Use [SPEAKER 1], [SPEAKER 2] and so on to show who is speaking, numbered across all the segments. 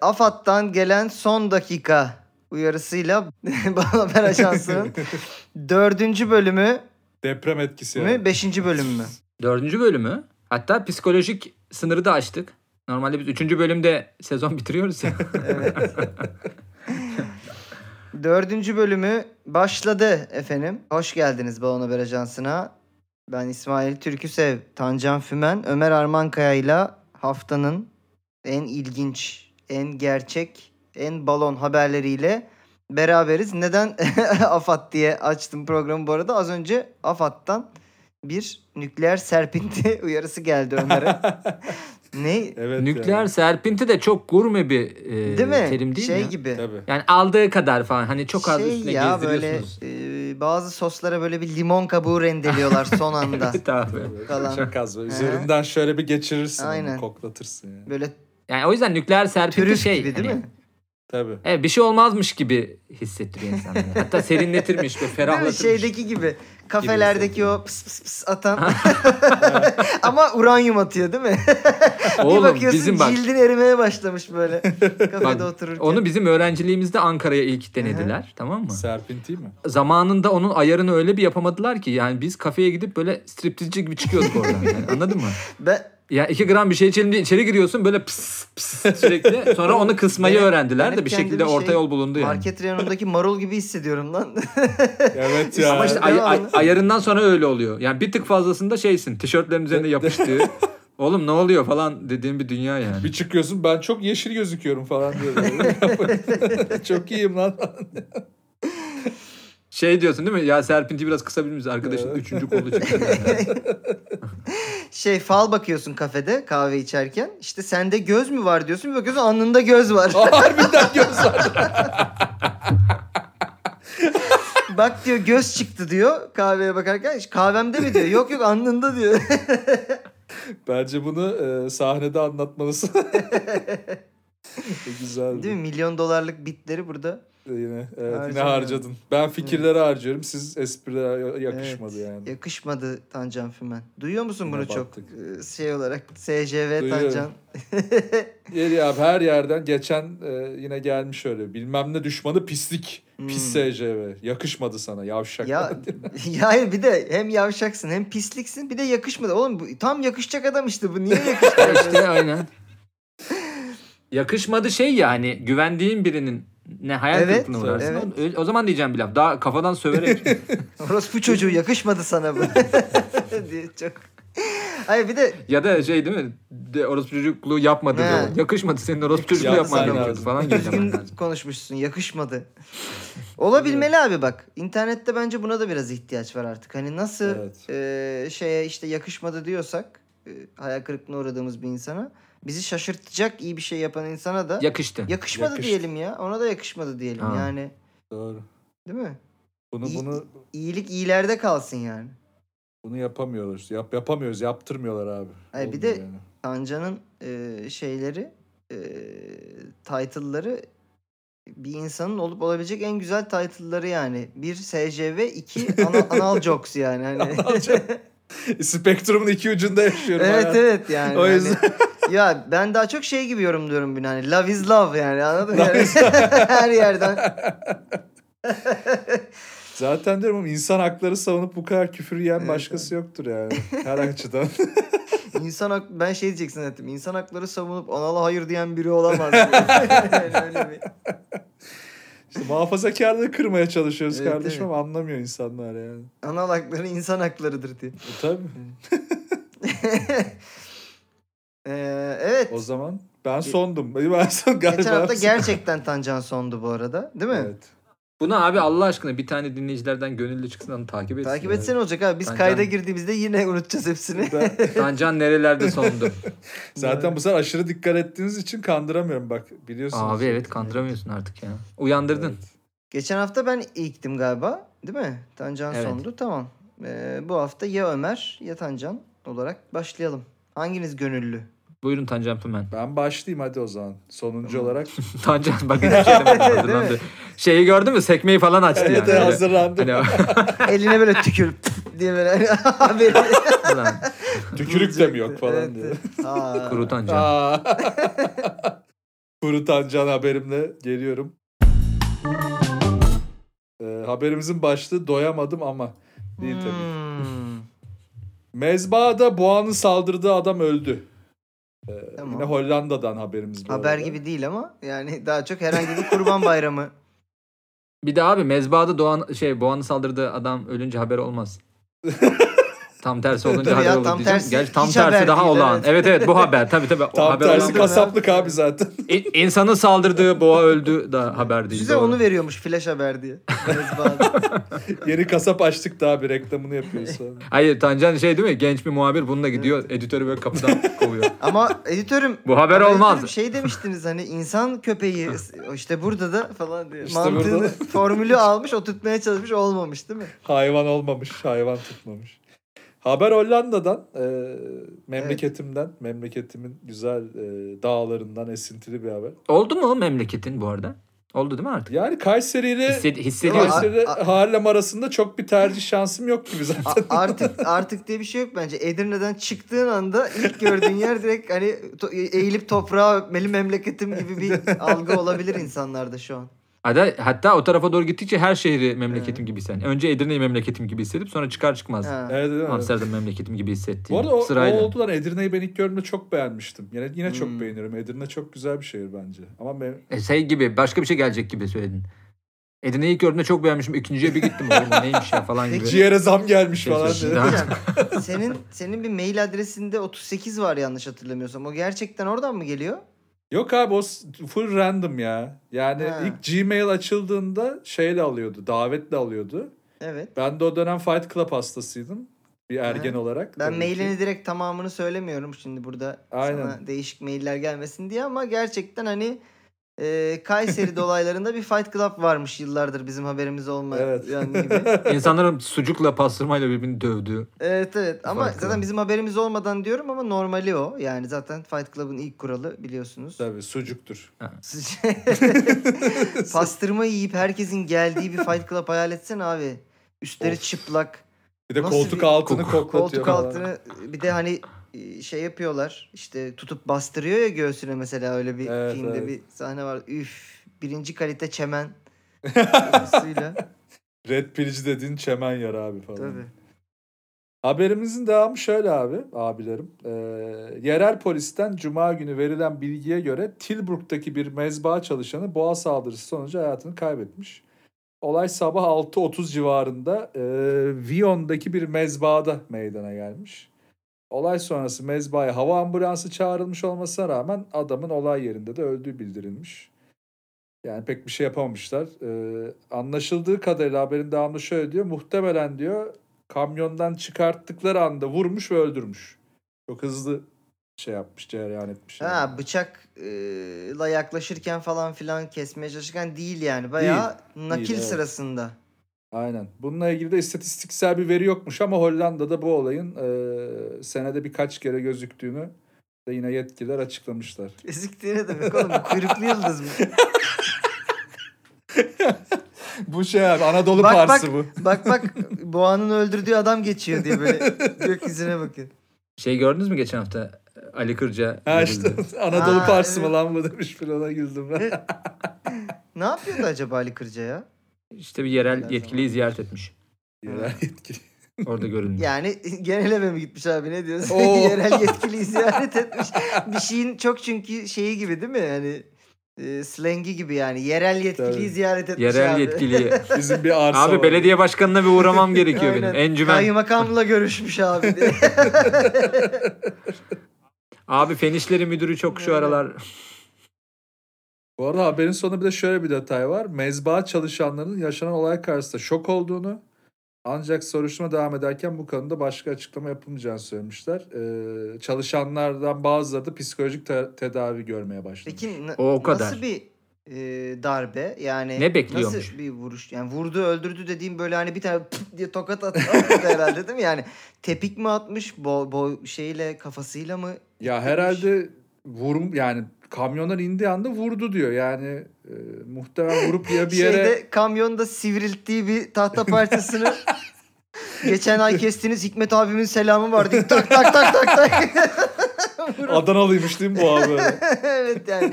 [SPEAKER 1] AFAD'dan gelen son dakika uyarısıyla Bal Haber Ajansı'nın dördüncü bölümü
[SPEAKER 2] Deprem etkisi.
[SPEAKER 1] mü,
[SPEAKER 2] yani.
[SPEAKER 1] beşinci bölümü mü?
[SPEAKER 3] Dördüncü bölümü. Hatta psikolojik sınırı da aştık. Normalde biz üçüncü bölümde sezon bitiriyoruz ya.
[SPEAKER 1] Evet. Dördüncü bölümü başladı efendim. Hoş geldiniz Balon Haber Ajansı'na. Ben İsmail Türküsev, Tancan Fümen, Ömer Armankaya ile haftanın en ilginç, en gerçek, en balon haberleriyle beraberiz. Neden AFAD diye açtım programı bu arada. Az önce AFAD'dan bir nükleer serpinti uyarısı geldi Ömer'e. ne?
[SPEAKER 2] evet.
[SPEAKER 3] Nükleer
[SPEAKER 2] yani.
[SPEAKER 3] serpinti de çok gurme bir e,
[SPEAKER 1] Değil mi?
[SPEAKER 3] terim değil
[SPEAKER 1] şey
[SPEAKER 3] mi?
[SPEAKER 1] gibi. Şey
[SPEAKER 2] Tabii.
[SPEAKER 3] Yani aldığı kadar falan. Hani çok az üstüne
[SPEAKER 1] ya böyle
[SPEAKER 3] gezdiriyorsunuz.
[SPEAKER 1] e, bazı soslara böyle bir limon kabuğu rendeliyorlar son anda
[SPEAKER 3] Evet abi.
[SPEAKER 1] falan.
[SPEAKER 2] Çok az. böyle. Üzerinden şöyle bir geçirirsin.
[SPEAKER 1] Aynen.
[SPEAKER 2] Aynen. Koklatırsın yani.
[SPEAKER 1] Böyle
[SPEAKER 3] Yani o yüzden nükleer serpinti
[SPEAKER 1] pürüz
[SPEAKER 3] şey.
[SPEAKER 1] gibi değil
[SPEAKER 3] hani-
[SPEAKER 1] mi?
[SPEAKER 2] Tabii.
[SPEAKER 3] Evet bir şey olmazmış gibi hissettiriyor insanları. Hatta serinletirmiş ve
[SPEAKER 1] Değil mi?
[SPEAKER 3] ferahlatırmış.
[SPEAKER 1] Şeydeki gibi
[SPEAKER 3] şey.
[SPEAKER 1] kafelerdeki
[SPEAKER 2] Gibi
[SPEAKER 1] o pıs pıs pıs atan ama uranyum atıyor değil mi? bir
[SPEAKER 3] Oğlum
[SPEAKER 1] bakıyorsun
[SPEAKER 3] bizim bak.
[SPEAKER 1] cildin erimeye başlamış böyle kafede
[SPEAKER 3] Bak,
[SPEAKER 1] otururken.
[SPEAKER 3] Onu bizim öğrenciliğimizde Ankara'ya ilk denediler tamam mı?
[SPEAKER 2] Serpinti mi?
[SPEAKER 3] Zamanında onun ayarını öyle bir yapamadılar ki yani biz kafeye gidip böyle striptizci gibi çıkıyorduk oradan yani, anladın mı?
[SPEAKER 1] Ben,
[SPEAKER 3] Ya iki gram bir şey içelim diye içeri giriyorsun böyle pıs pıs sürekli sonra onu kısmayı
[SPEAKER 1] Ben- ben
[SPEAKER 3] öğrendiler
[SPEAKER 1] hep
[SPEAKER 3] de bir şekilde
[SPEAKER 1] kendimi
[SPEAKER 3] orta
[SPEAKER 1] şey,
[SPEAKER 3] yol bulundu yani.
[SPEAKER 1] Market reyonundaki marul gibi hissediyorum lan.
[SPEAKER 2] Evet ya.
[SPEAKER 3] Ama işte ay-
[SPEAKER 1] Devamlı.
[SPEAKER 3] ay- ayarından sonra öyle oluyor. Yani bir tık fazlasında şeysin tişörtlerin üzerinde yapıştığı oğlum ne oluyor falan dediğim bir dünya yani.
[SPEAKER 2] Bir çıkıyorsun ben çok yeşil gözüküyorum falan diyor. böyle. çok iyiyim lan.
[SPEAKER 3] Şey diyorsun değil mi? Ya Serpinti biraz kısabilir miyiz? Arkadaşın
[SPEAKER 2] Evet.
[SPEAKER 3] üçüncü kolu çıktı. Yani.
[SPEAKER 1] şey fal bakıyorsun kafede kahve içerken. İşte sende göz mü var diyorsun bir bakıyorsun alnında göz var.
[SPEAKER 2] Harbiden göz var.
[SPEAKER 1] Bak diyor göz çıktı diyor kahveye bakarken. "Hiç Kahvemde mi diyor. Yok yok alnında diyor.
[SPEAKER 2] Bence bunu e, sahnede anlatmalısın. Güzeldi.
[SPEAKER 1] Değil mi? Milyon dolarlık bitleri burada.
[SPEAKER 2] Yine, evet, yine
[SPEAKER 1] Harcamıyorum.
[SPEAKER 2] harcadın. Ben fikirleri harcıyorum. Siz esprilere yakışmadı
[SPEAKER 1] Evet,
[SPEAKER 2] yani.
[SPEAKER 1] Yakışmadı Tancan Fümen. Duyuyor musun
[SPEAKER 2] Yine
[SPEAKER 1] bunu çok?
[SPEAKER 2] battık.
[SPEAKER 1] Ee, Şey olarak SCV
[SPEAKER 2] Duyuyorum.
[SPEAKER 1] Tancan.
[SPEAKER 2] Yeri abi her yerden geçen e, yine gelmiş öyle. Bilmem ne düşmanı pislik. Pis SCV. Yakışmadı sana yavşak.
[SPEAKER 1] Hmm. ya, ya hayır bir de hem yavşaksın hem pisliksin bir de yakışmadı. Oğlum bu, tam yakışacak adam işte bu. Niye yakışmadı?
[SPEAKER 3] işte aynen. Yakışmadı şey ya hani güvendiğin birinin ne hayal
[SPEAKER 1] Evet,
[SPEAKER 3] kırıklığına uğrarsın.
[SPEAKER 1] evet.
[SPEAKER 3] O- O, zaman diyeceğim bir laf. Daha kafadan söverek.
[SPEAKER 1] Orospu çocuğu yakışmadı sana bu. diye çok. Hayır bir de
[SPEAKER 3] ya da şey değil mi? De, orospu çocukluğu yapmadı.
[SPEAKER 1] He.
[SPEAKER 3] diyor. Yakışmadı senin orospu çocukluğu
[SPEAKER 2] Yapman
[SPEAKER 3] yapman gerekiyordu
[SPEAKER 2] lazım.
[SPEAKER 3] falan gibi.
[SPEAKER 1] düzgün konuşmuşsun yakışmadı. Olabilmeli abi bak. İnternette bence buna da biraz ihtiyaç var artık. Hani nasıl
[SPEAKER 2] Evet.
[SPEAKER 1] e, şeye işte yakışmadı diyorsak e, hayal kırıklığına uğradığımız bir insana bizi şaşırtacak iyi bir şey yapan insana da
[SPEAKER 3] Yakıştı.
[SPEAKER 1] yakışmadı
[SPEAKER 2] Yakıştı.
[SPEAKER 1] diyelim ya. Ona da yakışmadı diyelim
[SPEAKER 3] Ha.
[SPEAKER 1] yani.
[SPEAKER 2] Doğru.
[SPEAKER 1] Değil mi?
[SPEAKER 2] Bunu
[SPEAKER 1] İyi-
[SPEAKER 2] bunu
[SPEAKER 1] İyilik iyilerde kalsın yani.
[SPEAKER 2] bunu yapamıyoruz. Yap yapamıyoruz. Yaptırmıyorlar abi.
[SPEAKER 1] Hayır, E, bir
[SPEAKER 2] Olmuyor
[SPEAKER 1] de-
[SPEAKER 2] yani.
[SPEAKER 1] Tancan'ın e, şeyleri e, title'ları bir insanın olup olabilecek en güzel title'ları yani. Bir SCV, iki ana, anal jokes yani. Hani.
[SPEAKER 2] Spektrumun iki ucunda yaşıyorum.
[SPEAKER 1] evet
[SPEAKER 2] hayatım.
[SPEAKER 1] evet yani.
[SPEAKER 2] O yüzden-
[SPEAKER 1] Hani, ya ben daha çok şey gibi yorumluyorum bunu hani love is love yani anladın mı? Yani Her yerden.
[SPEAKER 2] Zaten diyorum oğlum, insan hakları savunup bu kadar küfür yiyen başkası yoktur yani. Her açıdan.
[SPEAKER 1] İnsan hak, ben şey diyeceksin dedim. İnsan hakları savunup anala hayır diyen biri olamaz. yani öyle bir.
[SPEAKER 2] İşte muhafazakarlığı kırmaya çalışıyoruz
[SPEAKER 1] Evet,
[SPEAKER 2] kardeşim
[SPEAKER 1] evet.
[SPEAKER 2] ama anlamıyor insanlar yani.
[SPEAKER 1] Anal hakları insan haklarıdır diye.
[SPEAKER 2] E, tabii.
[SPEAKER 1] Ee, evet.
[SPEAKER 2] O zaman ben sondum. Ben son galiba.
[SPEAKER 1] Geçen hafta gerçekten Tancan sondu bu arada. Değil mi?
[SPEAKER 2] Evet.
[SPEAKER 3] Buna abi Allah aşkına bir tane dinleyicilerden gönüllü çıksın onu takip etsin.
[SPEAKER 1] Takip etsene olacak abi. Biz
[SPEAKER 3] Tancan-
[SPEAKER 1] kayda girdiğimizde yine unutacağız hepsini.
[SPEAKER 2] Ben-
[SPEAKER 3] Tancan nerelerde sondu?
[SPEAKER 2] Zaten bu sefer aşırı dikkat ettiğiniz için kandıramıyorum bak biliyorsunuz.
[SPEAKER 3] Abi evet kandıramıyorsun artık ya. Uyandırdın.
[SPEAKER 2] Evet.
[SPEAKER 1] Geçen hafta ben ilktim galiba. Değil mi? Tancan
[SPEAKER 3] Evet.
[SPEAKER 1] sondu. Tamam. Ee, bu hafta ya Ömer ya Tancan olarak başlayalım. Hanginiz gönüllü?
[SPEAKER 3] Buyurun Tancan Pümen.
[SPEAKER 2] Ben başlayayım hadi o zaman. Sonuncu olarak.
[SPEAKER 3] Tancan bak hiçbir şey demedim hazırlandı. Şeyi gördün mü? Sekmeyi falan açtı
[SPEAKER 2] evet
[SPEAKER 3] yani. Öyle-
[SPEAKER 2] hazırlandım.
[SPEAKER 3] Hani
[SPEAKER 1] Eline böyle tükür diye böyle haberi
[SPEAKER 3] Ulan,
[SPEAKER 2] Tükürük de mi yok falan
[SPEAKER 1] Evet,
[SPEAKER 2] diye.
[SPEAKER 1] evet. Aa.
[SPEAKER 3] kuru Tancan.
[SPEAKER 2] Aa. Furutan Can haberimle geliyorum. Ee, haberimizin başlığı doyamadım ama değil tabii. Ee,
[SPEAKER 1] Hmm,
[SPEAKER 2] Mezbahada boğanın saldırdığı adam öldü. Yine
[SPEAKER 1] tamam.
[SPEAKER 2] Hollanda'dan haberimiz bu
[SPEAKER 1] Haber
[SPEAKER 2] arada.
[SPEAKER 1] gibi değil ama yani daha çok herhangi bir kurban bayramı.
[SPEAKER 3] Bir de abi mezbahada doğan şey boğanı saldırdığı adam ölünce haber olmaz. tam tersi olunca
[SPEAKER 1] Tabii
[SPEAKER 3] haber
[SPEAKER 1] ya,
[SPEAKER 3] olur
[SPEAKER 1] tam
[SPEAKER 3] diyeceğim.
[SPEAKER 1] tersi-
[SPEAKER 3] Gerçi tam
[SPEAKER 1] hiç
[SPEAKER 3] tersi
[SPEAKER 1] haber
[SPEAKER 3] daha
[SPEAKER 1] değil,
[SPEAKER 3] olağan.
[SPEAKER 1] evet.
[SPEAKER 3] Evet evet bu haber tabii tabii. O
[SPEAKER 2] Tam
[SPEAKER 3] haber
[SPEAKER 2] tersi
[SPEAKER 1] olan-
[SPEAKER 3] olağan.
[SPEAKER 2] kasaplık abi zaten.
[SPEAKER 3] İ- İnsanın saldırdığı boğa öldü da haber değil.
[SPEAKER 1] Size
[SPEAKER 3] doğru.
[SPEAKER 1] onu veriyormuş flash haber diye. Mezbahada.
[SPEAKER 2] Yeni kasap açtık daha bir reklamını yapıyoruz falan.
[SPEAKER 3] Hayır Tancan şey değil mi? Genç bir muhabir bununla gidiyor. Editörü böyle kapıdan kovuyor.
[SPEAKER 1] ama editörüm
[SPEAKER 3] Bu haber
[SPEAKER 1] Ama
[SPEAKER 3] olmaz.
[SPEAKER 1] efendim Şey demiştiniz hani insan köpeği işte burada da falan diye.
[SPEAKER 2] İşte
[SPEAKER 1] Mantığını,
[SPEAKER 2] burada da.
[SPEAKER 1] formülü almış, oturtmaya çalışmış olmamış değil mi?
[SPEAKER 2] Hayvan olmamış, hayvan tutmamış. Haber Hollanda'dan, e, memleketimden, memleketimin güzel e, dağlarından esintili bir haber.
[SPEAKER 3] Oldu mu memleketin bu arada? Oldu değil mi artık?
[SPEAKER 2] Yani Kayseri
[SPEAKER 1] Ee,
[SPEAKER 2] ile
[SPEAKER 3] Hissed- hissediyorsun.
[SPEAKER 2] Kayseri ile
[SPEAKER 1] A- a-
[SPEAKER 2] Harlem arasında çok bir tercih şansım yok gibi
[SPEAKER 1] A-
[SPEAKER 2] zaten.
[SPEAKER 1] artık artık diye bir şey yok bence. Edirne'den çıktığın anda ilk gördüğün yer direkt hani to- eğilip toprağa öpmeli memleketim gibi bir algı olabilir insanlarda şu an.
[SPEAKER 3] Hatta, hatta o tarafa doğru gittikçe her şehri memleketim gibi hissediyorsun. Önce Edirne'yi memleketim gibi hissedip sonra çıkar çıkmaz.
[SPEAKER 1] Ee. Ha.
[SPEAKER 2] Evet, değil mi?
[SPEAKER 3] Amsterdam memleketim gibi hissettiğim.
[SPEAKER 2] Bu arada o, o
[SPEAKER 3] Sırayla.
[SPEAKER 2] oldu lan Edirne'yi ben ilk gördüğümde çok beğenmiştim. Yine, yine çok
[SPEAKER 1] Hmm.
[SPEAKER 2] beğeniyorum. Edirne çok güzel bir şehir bence. Ama me-
[SPEAKER 3] E, şey gibi başka bir şey gelecek gibi söyledin. Edirne'yi ilk gördüğümde çok beğenmişim. İkinciye bir gittim. Oğlum bu neymiş ya falan gibi.
[SPEAKER 2] ciğere zam gelmiş
[SPEAKER 3] Şey,
[SPEAKER 2] falan.
[SPEAKER 3] şey,
[SPEAKER 2] dedi.
[SPEAKER 3] daha-
[SPEAKER 1] Hocam, senin senin bir mail adresinde 38 var yanlış hatırlamıyorsam. O gerçekten oradan mı geliyor?
[SPEAKER 2] Yok abi o s- full random ya. Yani
[SPEAKER 1] He.
[SPEAKER 2] ilk Gmail açıldığında şeyle alıyordu, davetle alıyordu.
[SPEAKER 1] Evet.
[SPEAKER 2] Ben de o dönem Fight Club hastasıydım. Bir ergen olarak.
[SPEAKER 1] Ben
[SPEAKER 2] tabii ki.
[SPEAKER 1] mailini direkt tamamını söylemiyorum şimdi burada
[SPEAKER 2] Aynen.
[SPEAKER 1] sana değişik mailler gelmesin diye ama gerçekten hani e, Kayseri dolaylarında bir Fight Club varmış yıllardır bizim haberimiz olmayan
[SPEAKER 2] Evet.
[SPEAKER 1] gibi.
[SPEAKER 3] İnsanların sucukla pastırmayla birbirini dövdüğü.
[SPEAKER 1] Evet evet ama
[SPEAKER 3] Fight Club.
[SPEAKER 1] zaten bizim haberimiz olmadan diyorum ama normali o. Yani zaten Fight Club'ın ilk kuralı biliyorsunuz.
[SPEAKER 2] Tabii sucuktur.
[SPEAKER 1] Pastırma yiyip herkesin geldiği bir Fight Club hayal etsen abi. Üstleri
[SPEAKER 2] Of.
[SPEAKER 1] çıplak.
[SPEAKER 2] Bir de
[SPEAKER 1] Nasıl
[SPEAKER 2] koltuk
[SPEAKER 1] bir-
[SPEAKER 2] altını
[SPEAKER 3] Kok-
[SPEAKER 2] koklatıyor
[SPEAKER 1] Koltuk
[SPEAKER 2] falan.
[SPEAKER 1] altını bir de hani e, şey yapıyorlar işte tutup bastırıyor ya göğsüne mesela öyle bir
[SPEAKER 2] Evet,
[SPEAKER 1] filmde
[SPEAKER 2] evet.
[SPEAKER 1] bir sahne var. Üf birinci kalite çemen kokusuyla.
[SPEAKER 2] Red pillci dediğin çemen yer abi falan.
[SPEAKER 1] Tabii.
[SPEAKER 2] Haberimizin devamı şöyle abi, abilerim. Ee, yerel polisten cuma günü verilen bilgiye göre Tilburg'daki bir mezbaa çalışanı boğa saldırısı sonucu hayatını kaybetmiş. Olay sabah 6.30 civarında e, Vion'daki bir mezbada meydana gelmiş. Olay sonrası mezbaya hava ambulansı çağrılmış olmasına rağmen adamın olay yerinde de öldüğü bildirilmiş. Yani pek bir şey yapamamışlar. Ee, anlaşıldığı kadarıyla haberin devamlı şöyle diyor. Muhtemelen diyor kamyondan çıkarttıkları anda vurmuş ve öldürmüş. Çok hızlı şey yapmış, cereyan etmiş. yani.
[SPEAKER 1] Ha bıçakla yaklaşırken falan filan kesmeye çalışırken değil yani. Bayağı nakil
[SPEAKER 2] evet.
[SPEAKER 1] sırasında.
[SPEAKER 2] Aynen. Bununla ilgili de istatistiksel bir veri yokmuş ama Hollanda'da bu olayın eee, senede birkaç kere gözüktüğünü de yine yetkililer açıklamışlar.
[SPEAKER 1] Ezikti ne demek oğlum? Bu Kuyruklu yıldız mı?
[SPEAKER 2] Bu şey abi Anadolu
[SPEAKER 1] Bak,
[SPEAKER 2] Parsı bu.
[SPEAKER 1] bak bak Boğa'nın öldürdüğü adam geçiyor diye böyle gökyüzüne bakın.
[SPEAKER 3] Şey gördünüz mü geçen hafta? Ali Kırca.
[SPEAKER 2] Ha işte
[SPEAKER 3] öldürüldü.
[SPEAKER 2] Anadolu
[SPEAKER 1] Ha,
[SPEAKER 2] Parsı
[SPEAKER 1] evet.
[SPEAKER 2] mı lan bu demiş filana güldüm ben.
[SPEAKER 1] Ne yapıyordu acaba Ali Kırca ya?
[SPEAKER 3] İşte bir yerel yetkiliyi ziyaret etmiş.
[SPEAKER 2] Yerel yetkili.
[SPEAKER 3] Orada görünmüş.
[SPEAKER 1] Yani genel eve mi gitmiş abi ne diyorsun?
[SPEAKER 2] Oo.
[SPEAKER 1] Yerel yetkiliyi ziyaret etmiş. Bir şeyin çok çünkü şeyi gibi değil mi? Yani e, slengi gibi yani. Yerel yetkiliyi
[SPEAKER 2] Tabii.
[SPEAKER 1] ziyaret etmiş
[SPEAKER 3] yerel
[SPEAKER 1] abi.
[SPEAKER 3] yetkiliyi.
[SPEAKER 2] Bizim bir arsa
[SPEAKER 3] Abi
[SPEAKER 2] var.
[SPEAKER 3] belediye başkanına bir uğramam gerekiyor
[SPEAKER 1] Aynen.
[SPEAKER 3] benim. Encümen.
[SPEAKER 1] Kaymakamla görüşmüş abi diye.
[SPEAKER 3] Abi fen işleri müdürü çok şu
[SPEAKER 1] Aynen.
[SPEAKER 3] aralar.
[SPEAKER 2] Bu arada haberin sonunda bir de şöyle bir detay var. Mezba çalışanlarının yaşanan olay karşısında şok olduğunu ancak soruşturma devam ederken bu konuda başka açıklama yapılmayacağını söylemişler. Ee, çalışanlardan bazıları da psikolojik te- tedavi görmeye başladı.
[SPEAKER 1] Peki na-
[SPEAKER 3] O kadar.
[SPEAKER 1] nasıl bir e, darbe? Yani
[SPEAKER 3] Ne bekliyormuş?
[SPEAKER 1] Nasıl bir vuruş? Yani vurdu öldürdü dediğim böyle hani bir tane pıt diye tokat attı atmadı herhalde değil mi? Yani tepik mi atmış? Bo, bo şeyle kafasıyla mı?
[SPEAKER 2] Ya herhalde
[SPEAKER 1] şey-
[SPEAKER 2] vurum yani kamyondan indiği anda vurdu diyor. Yani e, muhtemelen vurup ya bir yere
[SPEAKER 1] Şeyde kamyonda sivrilttiği bir tahta parçasını geçen ay kestiğiniz Hikmet abimin selamı vardı. Tak tak tak tak tak. vuruldu.
[SPEAKER 2] Adanalıymış değil mi bu abi?
[SPEAKER 1] evet yani.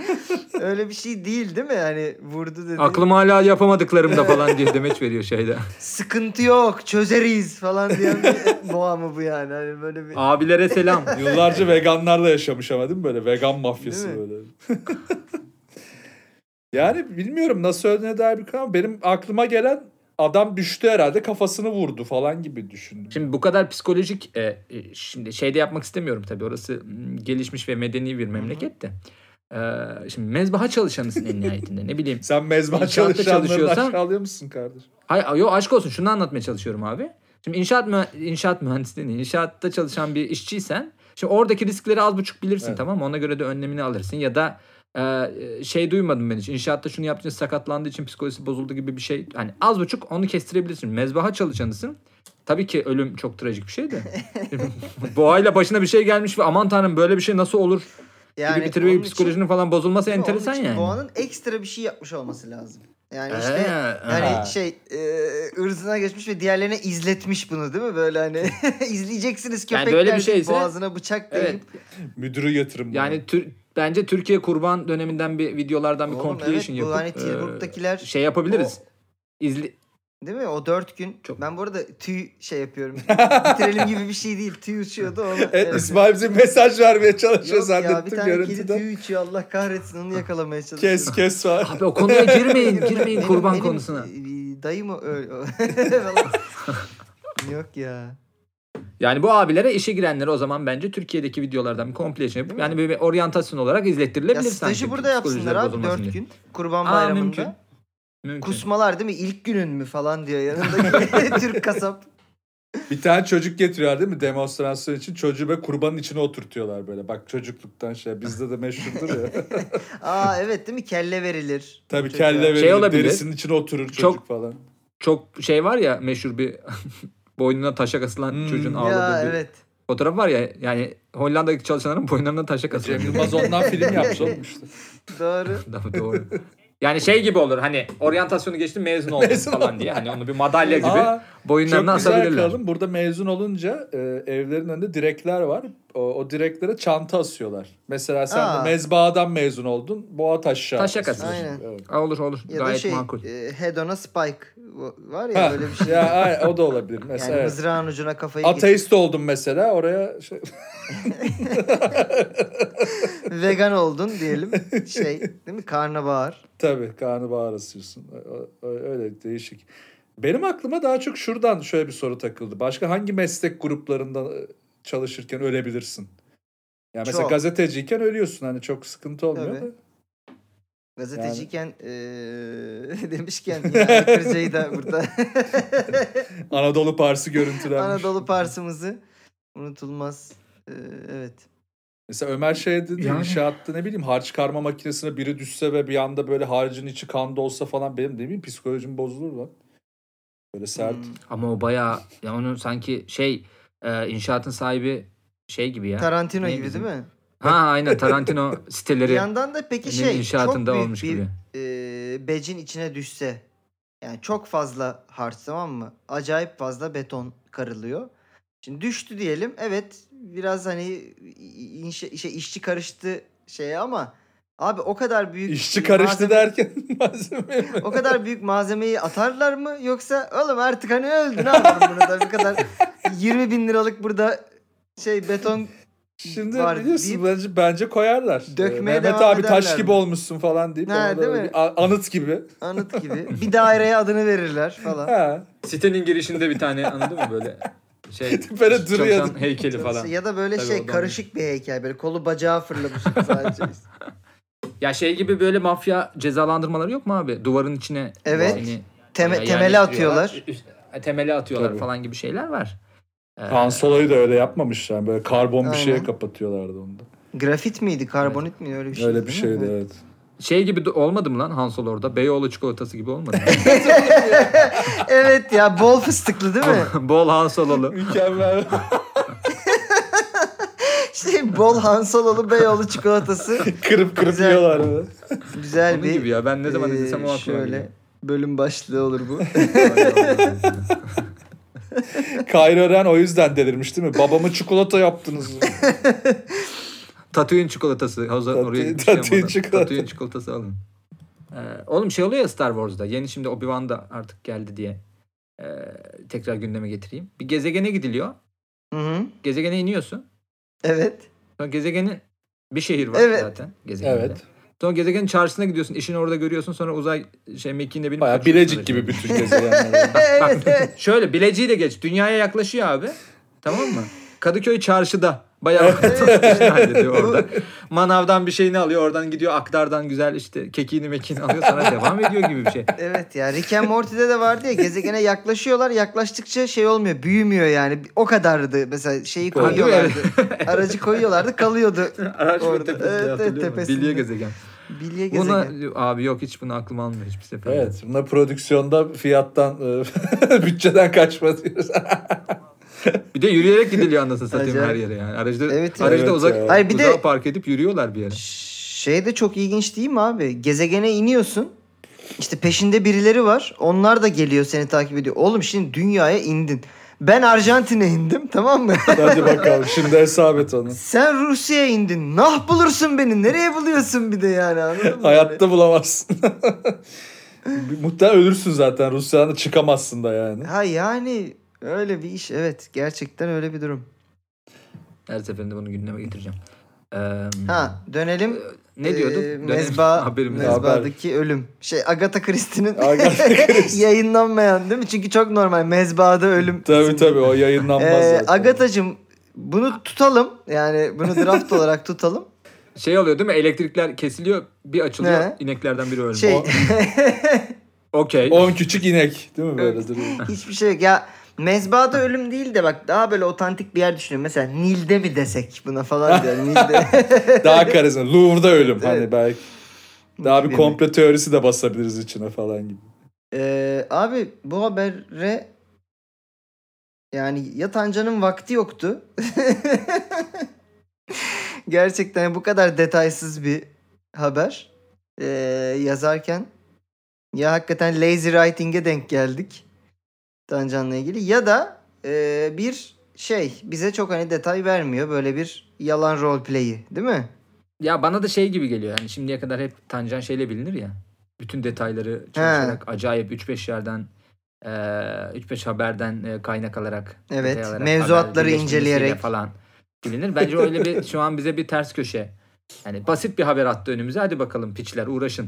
[SPEAKER 1] Öyle bir şey değil değil mi? Yani vurdu dedi.
[SPEAKER 3] Aklım hala yapamadıklarımda falan diye demeç veriyor şeyde.
[SPEAKER 1] Sıkıntı yok çözeriz falan diyen bir boğa mı bu yani? Hani böyle bir
[SPEAKER 3] Abilere selam.
[SPEAKER 2] Yıllarca veganlarla yaşamış ama değil mi böyle vegan mafyası
[SPEAKER 1] Değil mi?
[SPEAKER 2] böyle. yani bilmiyorum nasıl öldüğüne dair bir karar ama benim aklıma gelen adam düştü herhalde kafasını vurdu falan gibi düşündüm.
[SPEAKER 3] Şimdi bu kadar psikolojik e, e, şimdi şeyde yapmak istemiyorum tabii. Orası m, gelişmiş ve medeni bir memleket de. Ee, şimdi mezbaha çalışanısın en nihayetinde. Ne bileyim.
[SPEAKER 2] Sen mezba
[SPEAKER 3] İnşaatta
[SPEAKER 2] çalışanlarını
[SPEAKER 3] çalışıyorsan-
[SPEAKER 2] aşağılıyor musun kardeşim?
[SPEAKER 3] Hayır, yo aşk olsun şunu anlatmaya çalışıyorum abi. Şimdi inşaat mü inşaat mühendisliğini, inşaatta çalışan bir işçiysen şimdi oradaki riskleri az buçuk bilirsin
[SPEAKER 2] Evet.
[SPEAKER 3] tamam mı? Ona göre de önlemini alırsın ya da e, şey duymadım ben hiç. İnşaatta şunu yaptığı için sakatlandığı için psikolojisi bozuldu gibi bir şey. Hani az buçuk onu kestirebilirsin. Mezbaha çalışanısın. Tabii ki ölüm çok trajik bir şey de. Boğayla başına bir şey gelmiş ve aman tanrım böyle bir şey nasıl olur gibi bir tribe
[SPEAKER 1] onun için-
[SPEAKER 3] psikolojinin falan bozulması
[SPEAKER 1] Değil mi? Onun
[SPEAKER 3] enteresan
[SPEAKER 1] için
[SPEAKER 3] yani.
[SPEAKER 1] Boğanın ekstra bir şey yapmış olması lazım. Yani işte
[SPEAKER 3] Ee,
[SPEAKER 1] yani
[SPEAKER 2] Ha.
[SPEAKER 1] şey e, ırzına geçmiş ve diğerlerine izletmiş bunu değil mi? Böyle hani izleyeceksiniz
[SPEAKER 3] Yani
[SPEAKER 1] köpekler
[SPEAKER 3] böyle bir
[SPEAKER 1] deyip
[SPEAKER 3] şeyse-
[SPEAKER 1] boğazına bıçak
[SPEAKER 3] Evet.
[SPEAKER 1] değip.
[SPEAKER 2] Müdürü yatırım.
[SPEAKER 3] Yani tür- bence Türkiye kurban döneminden bir videolardan bir
[SPEAKER 1] Oğlum
[SPEAKER 3] compilation
[SPEAKER 1] evet, bu hani
[SPEAKER 3] yapıp
[SPEAKER 1] Tilburg'dakiler-
[SPEAKER 2] e,
[SPEAKER 3] eee, şey yapabiliriz. İzli
[SPEAKER 1] Değil mi? O dört gün.
[SPEAKER 3] Çok-
[SPEAKER 1] Ben bu arada tüy şey yapıyorum. Bitirelim gibi bir şey değil. Tüy uçuyordu onu.
[SPEAKER 2] Evet, E, İsmail bize mesaj vermeye çalışıyor
[SPEAKER 1] Yok ya bir
[SPEAKER 2] zannettim
[SPEAKER 1] tane kedi
[SPEAKER 2] görüntüden.
[SPEAKER 1] tüy uçuyor. Allah kahretsin onu yakalamaya çalışıyorum.
[SPEAKER 2] Kes kes var.
[SPEAKER 3] Abi o konuya girmeyin, girmeyin
[SPEAKER 1] Benim-
[SPEAKER 3] kurban
[SPEAKER 1] benim,
[SPEAKER 3] konusuna.
[SPEAKER 1] e, Dayı mı öyle? Vallahi- Yok ya.
[SPEAKER 3] Yani bu abilere işe girenleri o zaman bence Türkiye'deki videolardan bir compilation yapıp yani böyle bir oryantasyon olarak
[SPEAKER 1] Ya
[SPEAKER 3] izlettirilebilir sanki.
[SPEAKER 1] stajı burada yapsınlar
[SPEAKER 3] psikolojileri
[SPEAKER 1] abi
[SPEAKER 3] bozulmasın
[SPEAKER 1] 4
[SPEAKER 3] diye.
[SPEAKER 1] gün. Kurban
[SPEAKER 3] Aa,
[SPEAKER 1] bayramında.
[SPEAKER 3] mümkün. Mümkün.
[SPEAKER 1] Kusmalar değil mi? İlk günün mü falan diyor yanındaki Türk kasap.
[SPEAKER 2] Bir tane çocuk getiriyor değil mi demonstrasyon için? Çocuğu böyle kurbanın içine oturtuyorlar böyle. Bak çocukluktan şey bizde de meşhurdur ya.
[SPEAKER 1] Aa evet değil mi? Kelle verilir.
[SPEAKER 2] Tabii
[SPEAKER 1] Çocuğa.
[SPEAKER 2] kelle verilir.
[SPEAKER 3] Şey olabilir.
[SPEAKER 2] Derisinin içine oturur çocuk
[SPEAKER 3] Çok-
[SPEAKER 2] falan.
[SPEAKER 3] Çok şey var ya meşhur bir boynuna taşa kasılan
[SPEAKER 2] Hmm.
[SPEAKER 3] çocuğun
[SPEAKER 2] Ya,
[SPEAKER 3] ağladığı
[SPEAKER 1] Ya
[SPEAKER 3] bir
[SPEAKER 1] evet.
[SPEAKER 3] fotoğraf var ya yani Hollanda'daki çalışanların boynlarına taşa kasılan.
[SPEAKER 2] Cem Yılmaz ondan film yapmış oğlum işte.
[SPEAKER 1] Doğru.
[SPEAKER 3] Tabii, doğru. Yani şey gibi olur hani oryantasyonu geçtim mezun oldum
[SPEAKER 2] Mezun
[SPEAKER 3] falan
[SPEAKER 2] oldum.
[SPEAKER 3] diye. Hani onu bir madalya gibi
[SPEAKER 2] Aa,
[SPEAKER 3] boyunlarına
[SPEAKER 2] çok güzel
[SPEAKER 3] asabilirler.
[SPEAKER 2] kalın. Burada mezun olunca e, evlerin önünde direkler var. O, o direklere çanta asıyorlar. Mesela sen
[SPEAKER 1] Aa.
[SPEAKER 2] de mezbaadan mezun oldun. Boğa taşa.
[SPEAKER 3] Taşa kasıyorsun.
[SPEAKER 1] Aynen.
[SPEAKER 2] Evet.
[SPEAKER 3] Aa, olur olur
[SPEAKER 1] Ya da
[SPEAKER 3] gayet
[SPEAKER 1] şey
[SPEAKER 3] makul.
[SPEAKER 1] e, Hedona Spike var ya
[SPEAKER 2] Ha,
[SPEAKER 1] böyle bir şey.
[SPEAKER 2] ya, ay- o da olabilir. Mesela,
[SPEAKER 1] Yani
[SPEAKER 2] evet.
[SPEAKER 1] mızrağın ucuna kafayı getir.
[SPEAKER 2] Ateist oldum mesela oraya şey,
[SPEAKER 1] Vegan oldun diyelim. Şey değil mi? Karnabahar.
[SPEAKER 2] Tabii karnabahar asıyorsun. Ö- ö- Öyle değişik. Benim aklıma daha çok şuradan şöyle bir soru takıldı. Başka hangi meslek gruplarında e, çalışırken ölebilirsin? Yani mesela
[SPEAKER 1] Çok.
[SPEAKER 2] gazeteciyken ölüyorsun hani çok sıkıntı olmuyor
[SPEAKER 1] Tabii.
[SPEAKER 2] da.
[SPEAKER 1] Gazeteciyken e, demişken yine Kırca'yı da burada
[SPEAKER 2] Anadolu Parsı görüntülenmiş.
[SPEAKER 1] Anadolu Parsımızı unutulmaz. E, evet.
[SPEAKER 2] Mesela Ömer şey dedi
[SPEAKER 3] Yani.
[SPEAKER 2] inşaatta ne bileyim harç karma makinesine biri düşse ve bir anda böyle harcın içi kan dolsa falan benim ne bileyim psikolojim bozulur lan. Böyle sert.
[SPEAKER 1] Hmm.
[SPEAKER 3] Ama o bayağı ya onu sanki şey e, inşaatın sahibi şey gibi ya.
[SPEAKER 1] Tarantino
[SPEAKER 3] Ne
[SPEAKER 1] gibi
[SPEAKER 3] bizim-
[SPEAKER 1] değil mi?
[SPEAKER 3] Ha aynen Tarantino
[SPEAKER 1] Bir
[SPEAKER 3] siteleri
[SPEAKER 1] yandan da peki şey çok
[SPEAKER 3] inşaatında
[SPEAKER 1] büyük
[SPEAKER 3] olmuş
[SPEAKER 1] bir
[SPEAKER 3] gibi.
[SPEAKER 1] e, becin içine düşse yani çok fazla harç tamam mı? Acayip fazla beton karılıyor. Şimdi düştü diyelim. Evet biraz hani i- inşa, şey, işçi karıştı şeye ama abi o kadar büyük
[SPEAKER 2] İşçi
[SPEAKER 1] bir
[SPEAKER 2] karıştı
[SPEAKER 1] malzeme-
[SPEAKER 2] derken malzeme mi?
[SPEAKER 1] O kadar büyük malzemeyi atarlar mı? Yoksa oğlum artık hani öldün abi bunu da bu kadar 20 bin liralık burada şey beton
[SPEAKER 2] Şimdi
[SPEAKER 1] var
[SPEAKER 2] biliyorsun
[SPEAKER 1] deyip
[SPEAKER 2] bence, bence koyarlar.
[SPEAKER 1] dökmeye
[SPEAKER 2] Ee, Mehmet
[SPEAKER 1] devam
[SPEAKER 2] abi taş
[SPEAKER 1] ederler
[SPEAKER 2] gibi
[SPEAKER 1] mi?
[SPEAKER 2] olmuşsun falan deyip
[SPEAKER 1] Ha,
[SPEAKER 2] ona
[SPEAKER 1] değil
[SPEAKER 2] böyle
[SPEAKER 1] mi?
[SPEAKER 2] bir a- anıt gibi.
[SPEAKER 1] anıt gibi. Bir daireye adını verirler falan.
[SPEAKER 2] Ha.
[SPEAKER 3] Sitenin girişinde bir tane anladın mı böyle şey
[SPEAKER 2] Böyle duruyor.
[SPEAKER 3] çalışan heykeli falan.
[SPEAKER 1] Ya da böyle
[SPEAKER 3] Tabii
[SPEAKER 1] şey
[SPEAKER 3] oradan-
[SPEAKER 1] karışık bir heykel böyle kolu bacağı fırlamış sadece.
[SPEAKER 3] Ya şey gibi böyle mafya cezalandırmaları yok mu abi? Duvarın içine
[SPEAKER 1] Evet.
[SPEAKER 3] seni
[SPEAKER 1] Teme-
[SPEAKER 3] bayağı
[SPEAKER 1] temeli
[SPEAKER 3] yerleştiriyorlar.
[SPEAKER 1] atıyorlar.
[SPEAKER 3] Temeli atıyorlar
[SPEAKER 2] Tabii.
[SPEAKER 3] falan gibi şeyler var. Ee,
[SPEAKER 2] Han Solo'yu da öyle yapmamışlar. Böyle karbon bir şeye
[SPEAKER 1] Aynen.
[SPEAKER 2] kapatıyorlardı onu da.
[SPEAKER 1] Grafit miydi, karbonit miydi öyle bir şey?
[SPEAKER 2] Öyle bir şeydi
[SPEAKER 1] Evet.
[SPEAKER 2] evet.
[SPEAKER 3] Şey gibi de- olmadı mı lan Han Solo orada? Beyoğlu çikolatası gibi olmadı mı?
[SPEAKER 1] evet ya bol fıstıklı değil mi?
[SPEAKER 3] Bol Han Solo'lu.
[SPEAKER 2] Mükemmel.
[SPEAKER 1] şey bol Han Solo'lu Beyoğlu çikolatası.
[SPEAKER 2] kırıp kırıp
[SPEAKER 1] Güzel.
[SPEAKER 2] yiyorlardı.
[SPEAKER 1] Güzel
[SPEAKER 3] Onun
[SPEAKER 1] bir
[SPEAKER 3] gibi ya. Ben ne zaman
[SPEAKER 1] eee,
[SPEAKER 3] izlesem o aklıma
[SPEAKER 1] Şöyle bölüm başlığı olur bu.
[SPEAKER 2] Kylo Ren o yüzden delirmiş değil mi? Babamı çikolata yaptınız.
[SPEAKER 3] Tatooine çikolatası. Haza,
[SPEAKER 2] Tatooine-
[SPEAKER 3] oraya bir şey
[SPEAKER 2] Tatooine
[SPEAKER 3] yapmadan.
[SPEAKER 2] çikolatası.
[SPEAKER 3] Tatooine çikolatası alın. Ee, oğlum şey oluyor ya Star Wars'da. Yeni şimdi Obi-Wan da artık geldi diye ee, tekrar gündeme getireyim. Bir gezegene gidiliyor.
[SPEAKER 1] Hı hı.
[SPEAKER 3] Gezegene iniyorsun.
[SPEAKER 1] Evet.
[SPEAKER 3] Sonra gezegenin bir şehir var
[SPEAKER 1] Evet.
[SPEAKER 3] zaten. Gezegende.
[SPEAKER 2] Evet.
[SPEAKER 3] Sonra gezegenin çarşısına gidiyorsun. işini orada görüyorsun. Sonra uzay şey mekiğinde binip
[SPEAKER 2] Bayağı
[SPEAKER 3] kaçıyorsun
[SPEAKER 2] Bilecik
[SPEAKER 3] uzay
[SPEAKER 2] gibi
[SPEAKER 3] şehrine.
[SPEAKER 2] bütün gezegenler.
[SPEAKER 1] evet. evet.
[SPEAKER 3] Şöyle bileciği de geç. Dünyaya yaklaşıyor abi. Tamam mı? Kadıköy çarşıda. Bayağı işini hallediyor orada. Manavdan bir şeyini alıyor. Oradan gidiyor aktardan güzel işte kekiğini mekiğini alıyor. Sana devam ediyor gibi bir şey.
[SPEAKER 1] Evet ya Rick and Morty'de de vardı ya gezegene yaklaşıyorlar yaklaştıkça şey olmuyor büyümüyor yani o kadardı mesela şeyi
[SPEAKER 2] Doğru.
[SPEAKER 1] koyuyorlardı aracı koyuyorlardı kalıyordu
[SPEAKER 3] Araç
[SPEAKER 1] Orada.
[SPEAKER 3] ve tepesinde
[SPEAKER 1] Evet, evet,
[SPEAKER 3] hatırlıyor musun?
[SPEAKER 1] tepesinde.
[SPEAKER 3] Bilye gezegen.
[SPEAKER 1] bilye
[SPEAKER 3] Buna
[SPEAKER 1] gezegen.
[SPEAKER 3] abi yok hiç bunu aklım almıyor hiçbir sefer.
[SPEAKER 2] evet. Buna prodüksiyonda fiyattan, e, bütçeden kaçma diyoruz.
[SPEAKER 3] Bir de yürüyerek gidiliyor anasını satayım her
[SPEAKER 1] Acayip.
[SPEAKER 3] yere yani. Aracı,
[SPEAKER 1] Evet,
[SPEAKER 3] aracı
[SPEAKER 2] evet
[SPEAKER 3] da uzak,
[SPEAKER 2] ya.
[SPEAKER 1] Hayır, bir de-
[SPEAKER 3] uzağa park edip yürüyorlar bir yere.
[SPEAKER 1] Şey de çok ilginç değil mi abi? Gezegene iniyorsun. İşte peşinde birileri var. Onlar da geliyor seni takip ediyor. Oğlum şimdi dünyaya indin. Ben Arjantin'e indim tamam mı?
[SPEAKER 2] Hadi bakalım şimdi hesap et onu.
[SPEAKER 1] Sen Rusya'ya indin. Nah bulursun beni. Nereye buluyorsun bir de yani anladın mı?
[SPEAKER 2] Hayatta bulamazsın. Muhtemelen ölürsün zaten. Rusya'dan da çıkamazsın da yani.
[SPEAKER 1] Ha yani öyle bir iş evet. Gerçekten öyle bir durum.
[SPEAKER 3] Her seferinde bunu gündeme getireceğim. Ee,
[SPEAKER 1] Ha dönelim.
[SPEAKER 3] Ne diyorduk?
[SPEAKER 1] Ee,
[SPEAKER 3] Dönelim
[SPEAKER 1] mezba,
[SPEAKER 3] haberimize.
[SPEAKER 1] mezbadaki ölüm. Şey Agatha Christie'nin
[SPEAKER 2] Agatha Christie.
[SPEAKER 1] yayınlanmayan değil mi? Çünkü çok normal. Mezbada ölüm.
[SPEAKER 2] Tabii tabii o yayınlanmaz
[SPEAKER 1] Ee,
[SPEAKER 2] zaten.
[SPEAKER 1] Agata'cığım bunu tutalım. Yani bunu draft olarak tutalım.
[SPEAKER 3] Şey oluyor değil mi? Elektrikler kesiliyor, bir açılıyor.
[SPEAKER 1] Ne?
[SPEAKER 3] ineklerden biri ölmüş.
[SPEAKER 1] Şey
[SPEAKER 2] O-
[SPEAKER 3] Okey.
[SPEAKER 2] 10 küçük inek değil mi böyle duruyor?
[SPEAKER 1] hiçbir şey yok. Ya mezbada ölüm değil de bak daha böyle otantik bir yer düşünüyorum. Mesela Nil'de mi desek buna falan diyor. Nil'de.
[SPEAKER 2] Daha karizma. Louvre'da ölüm hani
[SPEAKER 1] Evet.
[SPEAKER 2] belki. Daha bir
[SPEAKER 1] Gibi.
[SPEAKER 2] komple teorisi de basabiliriz içine falan gibi.
[SPEAKER 1] Ee, abi bu habere yani ya Tancan'ın vakti yoktu. Gerçekten bu kadar detaysız bir haber Ee, yazarken ya hakikaten lazy writing'e denk geldik Tancan'la ilgili ya da e, bir şey bize çok hani detay vermiyor böyle bir yalan roleplay'i değil mi?
[SPEAKER 3] Ya bana da şey gibi geliyor. Yani şimdiye kadar hep Tancan şeyle bilinir ya. Bütün detayları çalışarak acayip 3-5 yerden eee, 3-5 haberden eee, kaynak alarak
[SPEAKER 1] Evet,
[SPEAKER 3] detay alarak,
[SPEAKER 1] mevzuatları
[SPEAKER 3] haber birleştirmesiyle
[SPEAKER 1] inceleyerek.
[SPEAKER 3] falan bilinir. Bence öyle bir şu an bize bir ters köşe. Yani basit bir haber attı önümüze. Hadi bakalım piçler uğraşın.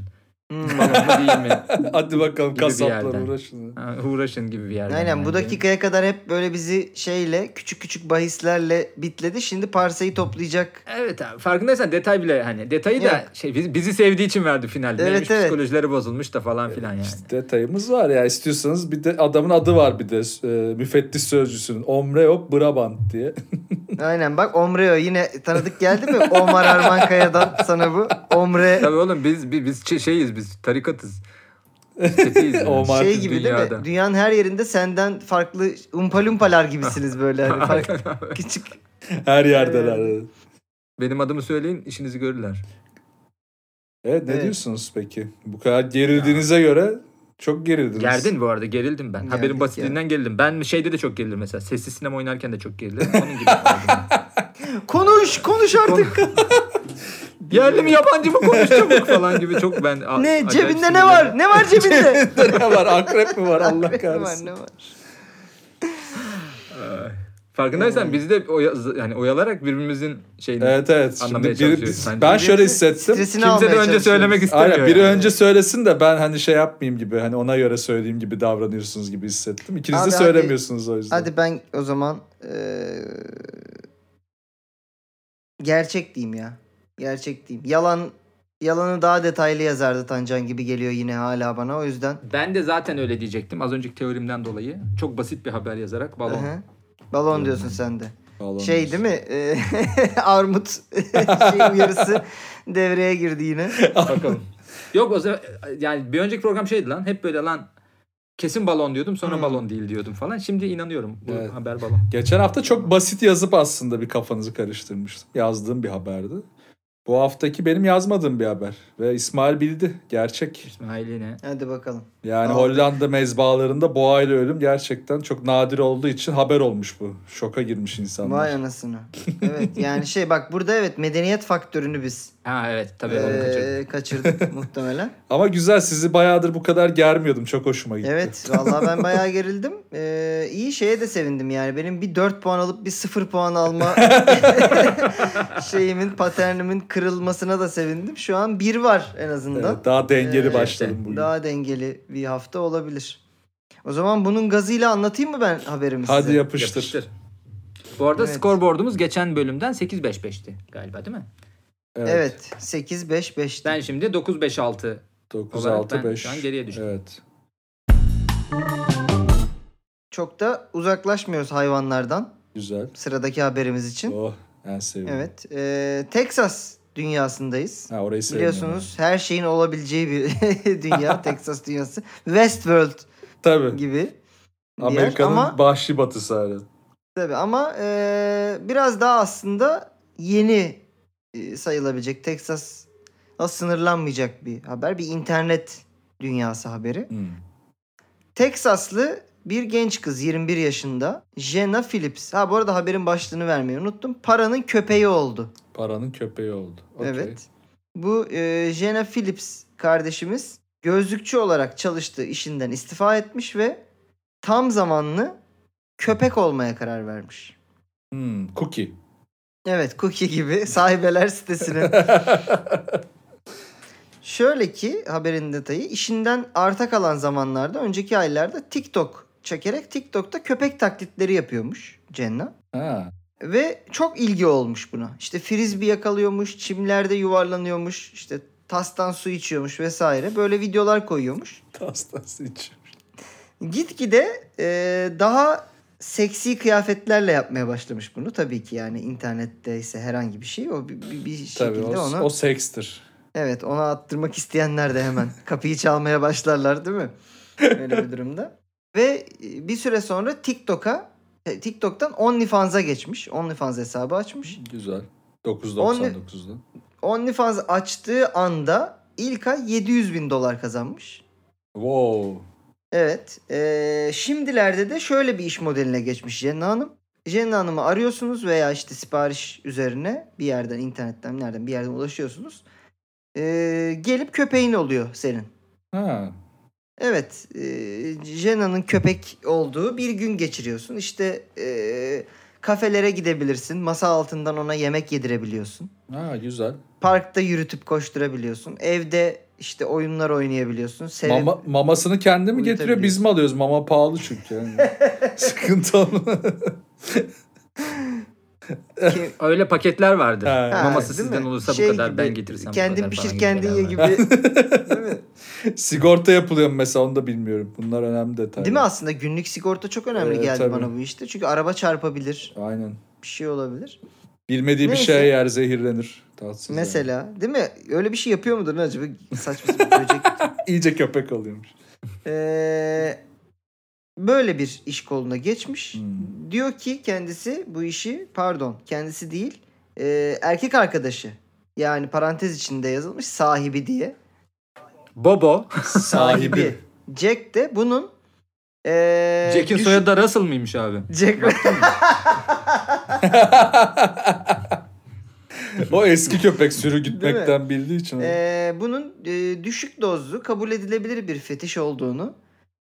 [SPEAKER 1] Hmm.
[SPEAKER 3] Balon mu değil mi?
[SPEAKER 2] Hadi bakalım
[SPEAKER 3] Gibi bir
[SPEAKER 2] kasaplar
[SPEAKER 3] yerden.
[SPEAKER 2] uğraşın.
[SPEAKER 3] Ha, uğraşın gibi bir yerden.
[SPEAKER 1] Aynen bu
[SPEAKER 3] bence.
[SPEAKER 1] dakikaya kadar hep böyle bizi şeyle küçük küçük bahislerle bitledi. Şimdi parsayı toplayacak.
[SPEAKER 3] Evet abi farkındaysan detay bile hani detayı da
[SPEAKER 1] Yok.
[SPEAKER 3] şey bizi, bizi sevdiği için verdi finalde.
[SPEAKER 1] Evet,
[SPEAKER 3] Neymiş,
[SPEAKER 1] evet.
[SPEAKER 3] Psikolojileri bozulmuş da falan filan yani.
[SPEAKER 2] İşte detayımız var ya istiyorsanız bir de adamın adı var bir de e, müfettiş sözcüsünün Omreo Brabant diye.
[SPEAKER 1] Aynen bak Omreo yine tanıdık geldi mi? Omar Armankaya'dan sana bu. Omre
[SPEAKER 3] Tabii oğlum biz biz, biz şey- şeyiz biz tarikatız. Setiyiz yani.
[SPEAKER 2] Omar. Martin
[SPEAKER 1] şey gibi değil
[SPEAKER 3] dünyada.
[SPEAKER 1] mi? Dünyanın her yerinde senden farklı umpalumpalar gibisiniz böyle. Hani farklı,
[SPEAKER 3] Aynen abi.
[SPEAKER 1] küçük.
[SPEAKER 2] Her yerdeler.
[SPEAKER 3] Benim adımı söyleyin işinizi görürler.
[SPEAKER 2] Evet E, ne
[SPEAKER 1] Evet.
[SPEAKER 2] diyorsunuz peki? Bu kadar gerildiğinize göre çok gerildiniz.
[SPEAKER 3] Gerdin bu arada gerildim ben.
[SPEAKER 1] Gerdik
[SPEAKER 3] Haberin basitliğinden gerildim. Ben şeyde de çok gerildim mesela. Sessiz sinema oynarken de çok gerildim. Onun gibi.
[SPEAKER 1] Konuş konuş artık.
[SPEAKER 3] Yerli mi yabancı mı konuş çabuk falan gibi çok ben. a-
[SPEAKER 1] ne
[SPEAKER 3] acayip
[SPEAKER 1] cebinde ne
[SPEAKER 3] sinirlendim.
[SPEAKER 1] var? Ne var cebinde?
[SPEAKER 2] ne var? Akrep mi var? Allah
[SPEAKER 1] Ne
[SPEAKER 2] kahretsin.
[SPEAKER 1] var ne var?
[SPEAKER 3] Ay.
[SPEAKER 1] Ee.
[SPEAKER 3] Farkındaysan biz de oya, yani oyalarak birbirimizin şeyini
[SPEAKER 2] Evet evet. Şimdi
[SPEAKER 3] Anlamaya
[SPEAKER 2] biri,
[SPEAKER 3] çalışıyoruz bence.
[SPEAKER 2] ben şöyle hissettim.
[SPEAKER 1] Stresini
[SPEAKER 3] Kimse
[SPEAKER 1] almaya
[SPEAKER 3] de önce
[SPEAKER 1] çalışıyoruz.
[SPEAKER 3] söylemek istemiyor.
[SPEAKER 2] Aynen biri
[SPEAKER 3] yani.
[SPEAKER 2] önce söylesin de ben hani şey yapmayayım gibi hani ona göre söyleyeyim gibi davranıyorsunuz gibi hissettim. İkiniz
[SPEAKER 1] Abi,
[SPEAKER 2] de
[SPEAKER 1] hadi-
[SPEAKER 2] söylemiyorsunuz o yüzden.
[SPEAKER 1] Hadi ben o zaman eee, gerçek diyeyim ya. Gerçek diyeyim. Yalan yalanı daha detaylı yazardı Tancan gibi geliyor yine hala bana o yüzden.
[SPEAKER 3] Ben de zaten öyle diyecektim. Az önceki teorimden dolayı. Çok basit bir haber yazarak balon.
[SPEAKER 1] Hı hı. Balon diyorsun sen de.
[SPEAKER 2] Vallahi
[SPEAKER 1] Şey değil mi? Eee, Armut şey uyarısı devreye girdi yine.
[SPEAKER 3] Bakalım. Yok o zaman yani bir önceki program şeydi lan. Hep böyle lan kesin balon diyordum sonra
[SPEAKER 1] Hmm.
[SPEAKER 3] balon değil diyordum falan. Şimdi inanıyorum bu
[SPEAKER 2] Evet.
[SPEAKER 3] haber balon.
[SPEAKER 2] Geçen hafta çok basit yazıp aslında bir kafanızı karıştırmıştım. Yazdığım bir haberdi. Bu haftaki benim yazmadığım bir haber. Ve İsmail bildi. Gerçek.
[SPEAKER 3] İsmail yine.
[SPEAKER 1] Hadi bakalım.
[SPEAKER 2] Yani
[SPEAKER 1] Aldık.
[SPEAKER 2] Hollanda mezbahalarında boğayla ölüm gerçekten çok nadir olduğu için haber olmuş bu. Şoka girmiş insanlar.
[SPEAKER 1] Vay anasını. Evet yani şey bak burada evet medeniyet faktörünü biz
[SPEAKER 3] Ha evet tabii onu
[SPEAKER 1] eee,
[SPEAKER 3] kaçırdım.
[SPEAKER 1] kaçırdık muhtemelen.
[SPEAKER 2] Ama güzel sizi bayağıdır bu kadar germiyordum. Çok hoşuma gitti.
[SPEAKER 1] Evet vallahi ben bayağı gerildim. Eee iyi şeye de sevindim yani. Benim bir 4 puan alıp bir 0 puan alma şeyimin paternimin kırılmasına da sevindim. Şu an 1 var en
[SPEAKER 2] Evet,
[SPEAKER 1] azından.
[SPEAKER 2] daha dengeli
[SPEAKER 1] Ee,
[SPEAKER 2] başladım bugün.
[SPEAKER 1] Daha dengeli bir hafta olabilir. O zaman bunun gazıyla anlatayım mı ben haberimi
[SPEAKER 2] Hadi
[SPEAKER 1] size?
[SPEAKER 2] yapıştır.
[SPEAKER 3] Yapıştır. Bu arada
[SPEAKER 1] Evet.
[SPEAKER 3] skorboardumuz geçen bölümden 8-5-5'ti galiba değil mi?
[SPEAKER 2] Evet.
[SPEAKER 1] Evet. 8 5 5.
[SPEAKER 3] Ben şimdi 9-5-6
[SPEAKER 2] 9
[SPEAKER 3] Olarak
[SPEAKER 2] 6
[SPEAKER 3] ben
[SPEAKER 2] 5.
[SPEAKER 3] şu an geriye düştüm.
[SPEAKER 2] Evet.
[SPEAKER 1] Çok da uzaklaşmıyoruz hayvanlardan
[SPEAKER 2] Güzel.
[SPEAKER 1] sıradaki haberimiz için.
[SPEAKER 2] Oh, en sevdiğim.
[SPEAKER 1] Evet. eee, Texas dünyasındayız.
[SPEAKER 2] Ha, orayı sevmiyorum.
[SPEAKER 1] Biliyorsunuz her şeyin olabileceği bir dünya. Texas dünyası. Westworld
[SPEAKER 2] Tabii.
[SPEAKER 1] gibi. bir yer.
[SPEAKER 2] Amerika'nın
[SPEAKER 1] ama
[SPEAKER 2] bahşi batısı hala.
[SPEAKER 1] Tabii ama eee, biraz daha aslında yeni e, sayılabilecek Texas'la sınırlanmayacak bir haber. Bir internet dünyası haberi.
[SPEAKER 2] Hmm.
[SPEAKER 1] Teksaslı bir genç kız 21 yaşında Jenna Phillips. Ha bu arada haberin başlığını vermeyi unuttum. Paranın köpeği oldu.
[SPEAKER 2] Paranın köpeği oldu. Okey.
[SPEAKER 1] Evet. Bu e, Jenna Phillips kardeşimiz gözlükçü olarak çalıştığı işinden istifa etmiş ve tam zamanlı köpek olmaya karar vermiş.
[SPEAKER 2] Hmm, cookie.
[SPEAKER 1] Evet Cookie gibi sahibeler sitesinin. Şöyle ki haberin detayı işinden arta kalan zamanlarda önceki aylarda TikTok çekerek TikTok'ta köpek taklitleri yapıyormuş Cenna.
[SPEAKER 2] ha.
[SPEAKER 1] Ve çok ilgi olmuş buna. İşte frisbee yakalıyormuş, çimlerde yuvarlanıyormuş, işte tastan su içiyormuş vesaire. Böyle videolar koyuyormuş.
[SPEAKER 2] Pastası için.
[SPEAKER 1] Gitgide eee, daha seksi kıyafetlerle yapmaya başlamış bunu. Tabii ki yani internette ise herhangi bir şey o bir, bir- bir
[SPEAKER 2] Tabii
[SPEAKER 1] şekilde
[SPEAKER 2] o,
[SPEAKER 1] ona...
[SPEAKER 2] o sekstir.
[SPEAKER 1] Evet ona attırmak isteyenler de hemen kapıyı çalmaya başlarlar değil mi? Öyle bir durumda. Ve e, bir süre sonra TikTok'a e, TikTok'tan OnlyFans'a geçmiş. OnlyFans hesabı açmış.
[SPEAKER 2] Güzel. 9.99'da.
[SPEAKER 1] OnlyFans açtığı anda ilk ay 700 bin dolar kazanmış.
[SPEAKER 2] Wow.
[SPEAKER 1] Evet. e, şimdilerde de şöyle bir iş modeline geçmiş Jenna Hanım. Jenna Hanım'ı arıyorsunuz veya işte sipariş üzerine bir yerden internetten nereden bir yerden ulaşıyorsunuz. E, gelip köpeğin oluyor senin.
[SPEAKER 2] Ha.
[SPEAKER 1] Evet, e, Jena'nın köpek olduğu bir gün geçiriyorsun. İşte e, kafelere gidebilirsin, masa altından ona yemek yedirebiliyorsun.
[SPEAKER 2] Ha güzel.
[SPEAKER 1] Parkta yürütüp koşturabiliyorsun. Evde işte oyunlar oynayabiliyorsun. Seve-
[SPEAKER 2] Mama, mamasını kendi mi getiriyor biz mi alıyoruz? Mama pahalı çünkü. Yani. Sıkıntı olma.
[SPEAKER 1] ki-
[SPEAKER 3] Öyle paketler vardı.
[SPEAKER 2] Ha.
[SPEAKER 1] Ha,
[SPEAKER 3] Maması
[SPEAKER 1] değil
[SPEAKER 3] sizden
[SPEAKER 1] mi?
[SPEAKER 3] olursa
[SPEAKER 1] Şey
[SPEAKER 3] bu kadar
[SPEAKER 1] gibi,
[SPEAKER 3] ben getirsem bu
[SPEAKER 1] Kendin
[SPEAKER 3] kadar falan
[SPEAKER 1] pişir
[SPEAKER 3] gibi
[SPEAKER 1] kendin ye
[SPEAKER 3] şeyler
[SPEAKER 1] gibi.
[SPEAKER 3] var.
[SPEAKER 1] Değil mi?
[SPEAKER 2] Sigorta yapılıyor mu mesela onu da bilmiyorum. Bunlar önemli detaylar.
[SPEAKER 1] Değil mi aslında günlük sigorta çok önemli
[SPEAKER 2] Evet,
[SPEAKER 1] geldi
[SPEAKER 2] tabii.
[SPEAKER 1] bana bu işte. Çünkü araba çarpabilir,
[SPEAKER 2] Aynen.
[SPEAKER 1] bir şey olabilir.
[SPEAKER 2] Bilmediği
[SPEAKER 1] Neyse.
[SPEAKER 2] bir şeye yer zehirlenir. Tatsız yani.
[SPEAKER 1] Mesela, değil mi? Öyle bir şey yapıyor mudur lan acaba? Saçma sapan böcek
[SPEAKER 2] İyice köpek oluyormuş.
[SPEAKER 1] Ee, böyle bir iş koluna geçmiş.
[SPEAKER 2] Hmm.
[SPEAKER 1] Diyor ki kendisi bu işi pardon kendisi değil e, erkek arkadaşı yani parantez içinde yazılmış sahibi diye.
[SPEAKER 3] Bobo.
[SPEAKER 2] Sahibi.
[SPEAKER 1] Jack de bunun e,
[SPEAKER 3] Jack'in
[SPEAKER 1] güç-
[SPEAKER 3] soyadı da Russell mıymış abi?
[SPEAKER 1] Jack
[SPEAKER 2] o eski köpek sürü
[SPEAKER 1] Değil
[SPEAKER 2] gitmekten bildiği için.
[SPEAKER 1] Ee, bunun e, düşük dozlu kabul edilebilir bir fetiş olduğunu,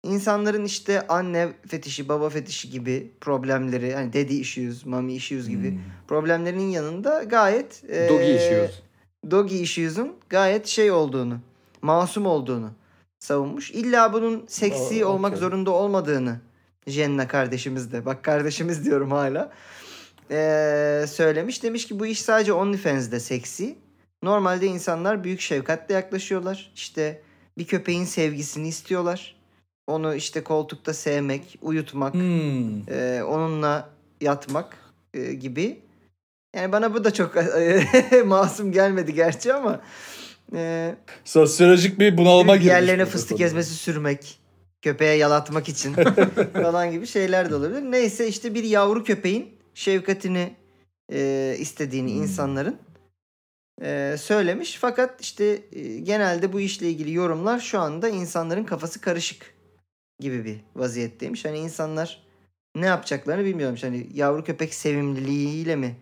[SPEAKER 1] insanların işte anne fetişi, baba fetişi gibi problemleri, hani daddy issues, mommy issues gibi
[SPEAKER 2] Hmm.
[SPEAKER 1] problemlerinin yanında gayet e,
[SPEAKER 3] Dogi yaşıyoruz.
[SPEAKER 1] Doggy issues'un gayet şey olduğunu, masum olduğunu savunmuş. İlla bunun seksi
[SPEAKER 2] Aa,
[SPEAKER 1] olmak
[SPEAKER 2] okey.
[SPEAKER 1] zorunda olmadığını Jenna kardeşimiz de, bak kardeşimiz diyorum hala, e, söylemiş. Demiş ki bu iş sadece OnlyFans'de seksi. Normalde insanlar büyük şefkatle yaklaşıyorlar. İşte bir köpeğin sevgisini istiyorlar. Onu işte koltukta sevmek, uyutmak,
[SPEAKER 2] Hmm.
[SPEAKER 1] ee, onunla yatmak e, gibi. Yani bana bu da çok masum gelmedi gerçi ama e,
[SPEAKER 2] Sosyolojik bir bunalıma girmiş.
[SPEAKER 1] yerlerine
[SPEAKER 2] bu
[SPEAKER 1] fıstık
[SPEAKER 2] konu.
[SPEAKER 1] ezmesi sürmek, köpeğe yalatmak için falan gibi şeyler de olabilir. Neyse işte bir yavru köpeğin şefkatini e, istediğini
[SPEAKER 2] Hmm.
[SPEAKER 1] insanların e, söylemiş. Fakat işte e, genelde bu işle ilgili yorumlar şu anda insanların kafası karışık gibi bir vaziyetteymiş. Hani insanlar ne yapacaklarını bilmiyormuş. Hani yavru köpek sevimliliğiyle mi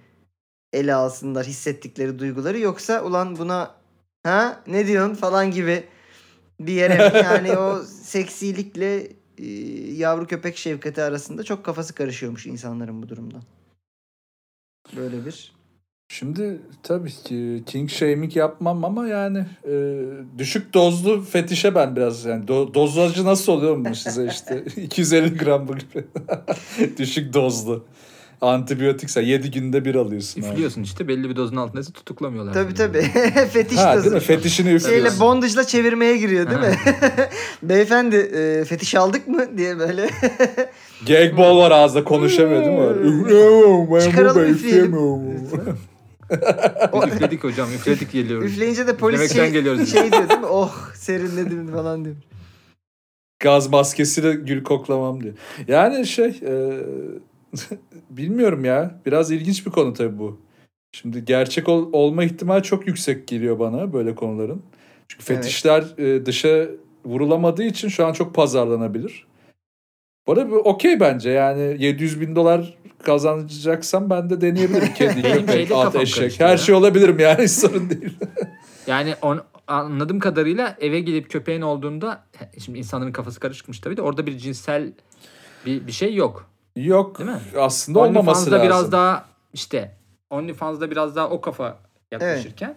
[SPEAKER 1] ele alsınlar hissettikleri duyguları yoksa ulan buna ha ne diyorsun falan gibi bir yere mi? Yani o seksilikle e, yavru köpek şefkati arasında çok kafası karışıyormuş insanların bu durumda. Böyle bir
[SPEAKER 2] Şimdi tabii ki king shaming yapmam ama yani e, düşük dozlu fetişe ben biraz yani do- dozajı nasıl oluyor mu size işte 250 gram bu gibi düşük dozlu antibiyotikse 7 günde bir alıyorsun. abi.
[SPEAKER 3] Üflüyorsun işte belli bir dozun altındaysa tutuklamıyorlar.
[SPEAKER 1] Tabii
[SPEAKER 3] seni.
[SPEAKER 1] tabii. Fetiş
[SPEAKER 2] Hmm. Ha
[SPEAKER 1] dozu.
[SPEAKER 2] değil mi? Fetişini üflüyorsun.
[SPEAKER 1] Şeyle bondajla çevirmeye giriyor değil mi? Beyefendi e, fetiş aldık mı diye böyle.
[SPEAKER 2] Gag ball var ağızda konuşamıyor değil mi? Üflüyorum, ben bu
[SPEAKER 1] Hmm. Çıkaralım,
[SPEAKER 2] ben
[SPEAKER 1] üfleyelim.
[SPEAKER 2] üfleyemiyorum.
[SPEAKER 1] O-
[SPEAKER 3] Üfledik hocam üfledik geliyoruz.
[SPEAKER 1] Üfleyince de polis
[SPEAKER 3] Yemekten
[SPEAKER 1] şey,
[SPEAKER 3] geliyoruz.
[SPEAKER 1] şey diyor değil mi? Oh serinledim falan diyor.
[SPEAKER 2] Gaz maskesiyle gül koklamam diyor. Yani şey e, bilmiyorum ya. Biraz ilginç bir konu tabii bu. Şimdi gerçek ol- olma ihtimali çok yüksek geliyor bana böyle konuların. Çünkü
[SPEAKER 1] Evet.
[SPEAKER 2] fetişler e, dışa vurulamadığı için şu an çok pazarlanabilir. Bu arada bu okey bence yani 700 bin dolar kazanacaksam ben de deneyebilirim. Kedi,
[SPEAKER 3] Benim
[SPEAKER 2] köpek,
[SPEAKER 3] şeyde
[SPEAKER 2] at,
[SPEAKER 3] kafam
[SPEAKER 2] eşek.
[SPEAKER 3] karıştı
[SPEAKER 2] Her
[SPEAKER 3] ya.
[SPEAKER 2] şey olabilirim yani hiç sorun değil.
[SPEAKER 3] Yani on, anladığım kadarıyla eve gelip köpeğin olduğunda şimdi insanların kafası karışıkmış tabii de orada bir cinsel bir, bir şey yok.
[SPEAKER 2] Yok
[SPEAKER 3] Değil mi?
[SPEAKER 2] aslında olmaması
[SPEAKER 3] OnlyFans'da
[SPEAKER 2] lazım.
[SPEAKER 3] biraz daha işte OnlyFans'da biraz daha o kafa yaklaşırken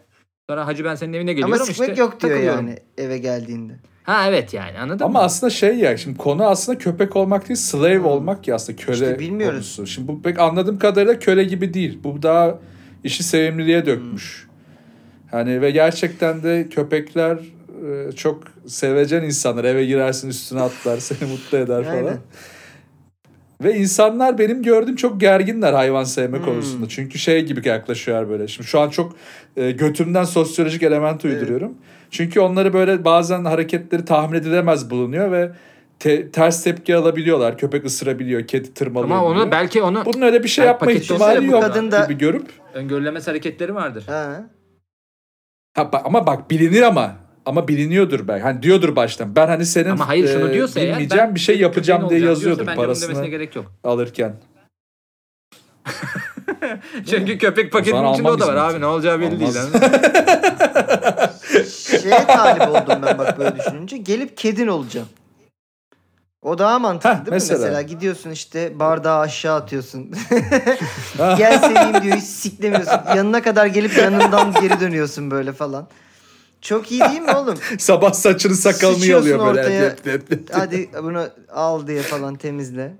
[SPEAKER 3] sonra hacı ben senin evine geliyorum
[SPEAKER 1] Ama sıkmak
[SPEAKER 3] işte
[SPEAKER 1] yok diyor
[SPEAKER 3] takılıyorum.
[SPEAKER 1] yani eve geldiğinde.
[SPEAKER 3] Ha evet yani anladın
[SPEAKER 2] Ama
[SPEAKER 3] mı?
[SPEAKER 2] aslında şey ya şimdi konu aslında köpek olmak değil slave olmak ya aslında köle
[SPEAKER 1] İşte bilmiyoruz.
[SPEAKER 2] konusu. Şimdi bu pek anladığım kadarıyla köle gibi değil. Bu daha işi
[SPEAKER 1] Hmm.
[SPEAKER 2] sevimliliğe dökmüş. Hani ve gerçekten de köpekler e, çok sevecen insanlar. Eve girersin üstüne atlar seni mutlu eder falan.
[SPEAKER 1] Aynen.
[SPEAKER 2] Ve insanlar benim gördüğüm çok gerginler hayvan sevme
[SPEAKER 1] Hmm.
[SPEAKER 2] konusunda. Çünkü şey gibi yaklaşıyorlar böyle. Şimdi şu an çok e, götümden sosyolojik element uyduruyorum. Çünkü onları böyle bazen hareketleri tahmin edilemez bulunuyor ve te- ters tepki alabiliyorlar. Köpek ısırabiliyor, kedi tırmalıyor.
[SPEAKER 3] Ama onu
[SPEAKER 2] biliyor.
[SPEAKER 3] belki onu
[SPEAKER 2] Bunun öyle bir şey
[SPEAKER 3] Yani
[SPEAKER 2] yapma
[SPEAKER 3] pakette olsa
[SPEAKER 2] ihtimali
[SPEAKER 3] da bu
[SPEAKER 2] yok
[SPEAKER 1] kadın da-
[SPEAKER 2] gibi görüp.
[SPEAKER 3] öngörülemez hareketleri vardır.
[SPEAKER 1] Ha.
[SPEAKER 2] Ha, ba- ama bak bilinir ama. Ama biliniyordur belki. Hani diyordur baştan. Ben hani senin
[SPEAKER 3] Ama hayır şunu
[SPEAKER 2] e,
[SPEAKER 3] diyorsa eğer
[SPEAKER 2] bilmeyeceğim
[SPEAKER 3] ben
[SPEAKER 2] bir şey
[SPEAKER 3] köpeğin
[SPEAKER 2] yapacağım diye
[SPEAKER 3] olacağım
[SPEAKER 2] yazıyordur
[SPEAKER 3] diyorsa bence bunun demesine
[SPEAKER 2] parasını
[SPEAKER 3] gerek yok.
[SPEAKER 2] alırken.
[SPEAKER 3] Çünkü köpek paketinin
[SPEAKER 2] zaman
[SPEAKER 3] içinde
[SPEAKER 2] almam
[SPEAKER 3] o da
[SPEAKER 2] bizim
[SPEAKER 3] var abi
[SPEAKER 2] için.
[SPEAKER 3] ne olacağı belli değil.
[SPEAKER 2] Almaz.
[SPEAKER 3] anladın mı?
[SPEAKER 1] Şeye talip oldum ben bak böyle düşününce. Gelip kedin olacağım. O daha mantıklı
[SPEAKER 2] Heh,
[SPEAKER 1] değil
[SPEAKER 2] mesela.
[SPEAKER 1] mi? Mesela gidiyorsun işte bardağı aşağı atıyorsun. Gel seveyim diyor hiç siklemiyorsun. Yanına kadar gelip yanından geri dönüyorsun böyle falan. Çok iyi değil mi oğlum?
[SPEAKER 2] Sabah saçını sakalını
[SPEAKER 1] Sıçıyorsun
[SPEAKER 2] yalıyor böyle.
[SPEAKER 1] ortaya.
[SPEAKER 2] Lep, lep, lep.
[SPEAKER 1] Hadi bunu al diye falan temizle.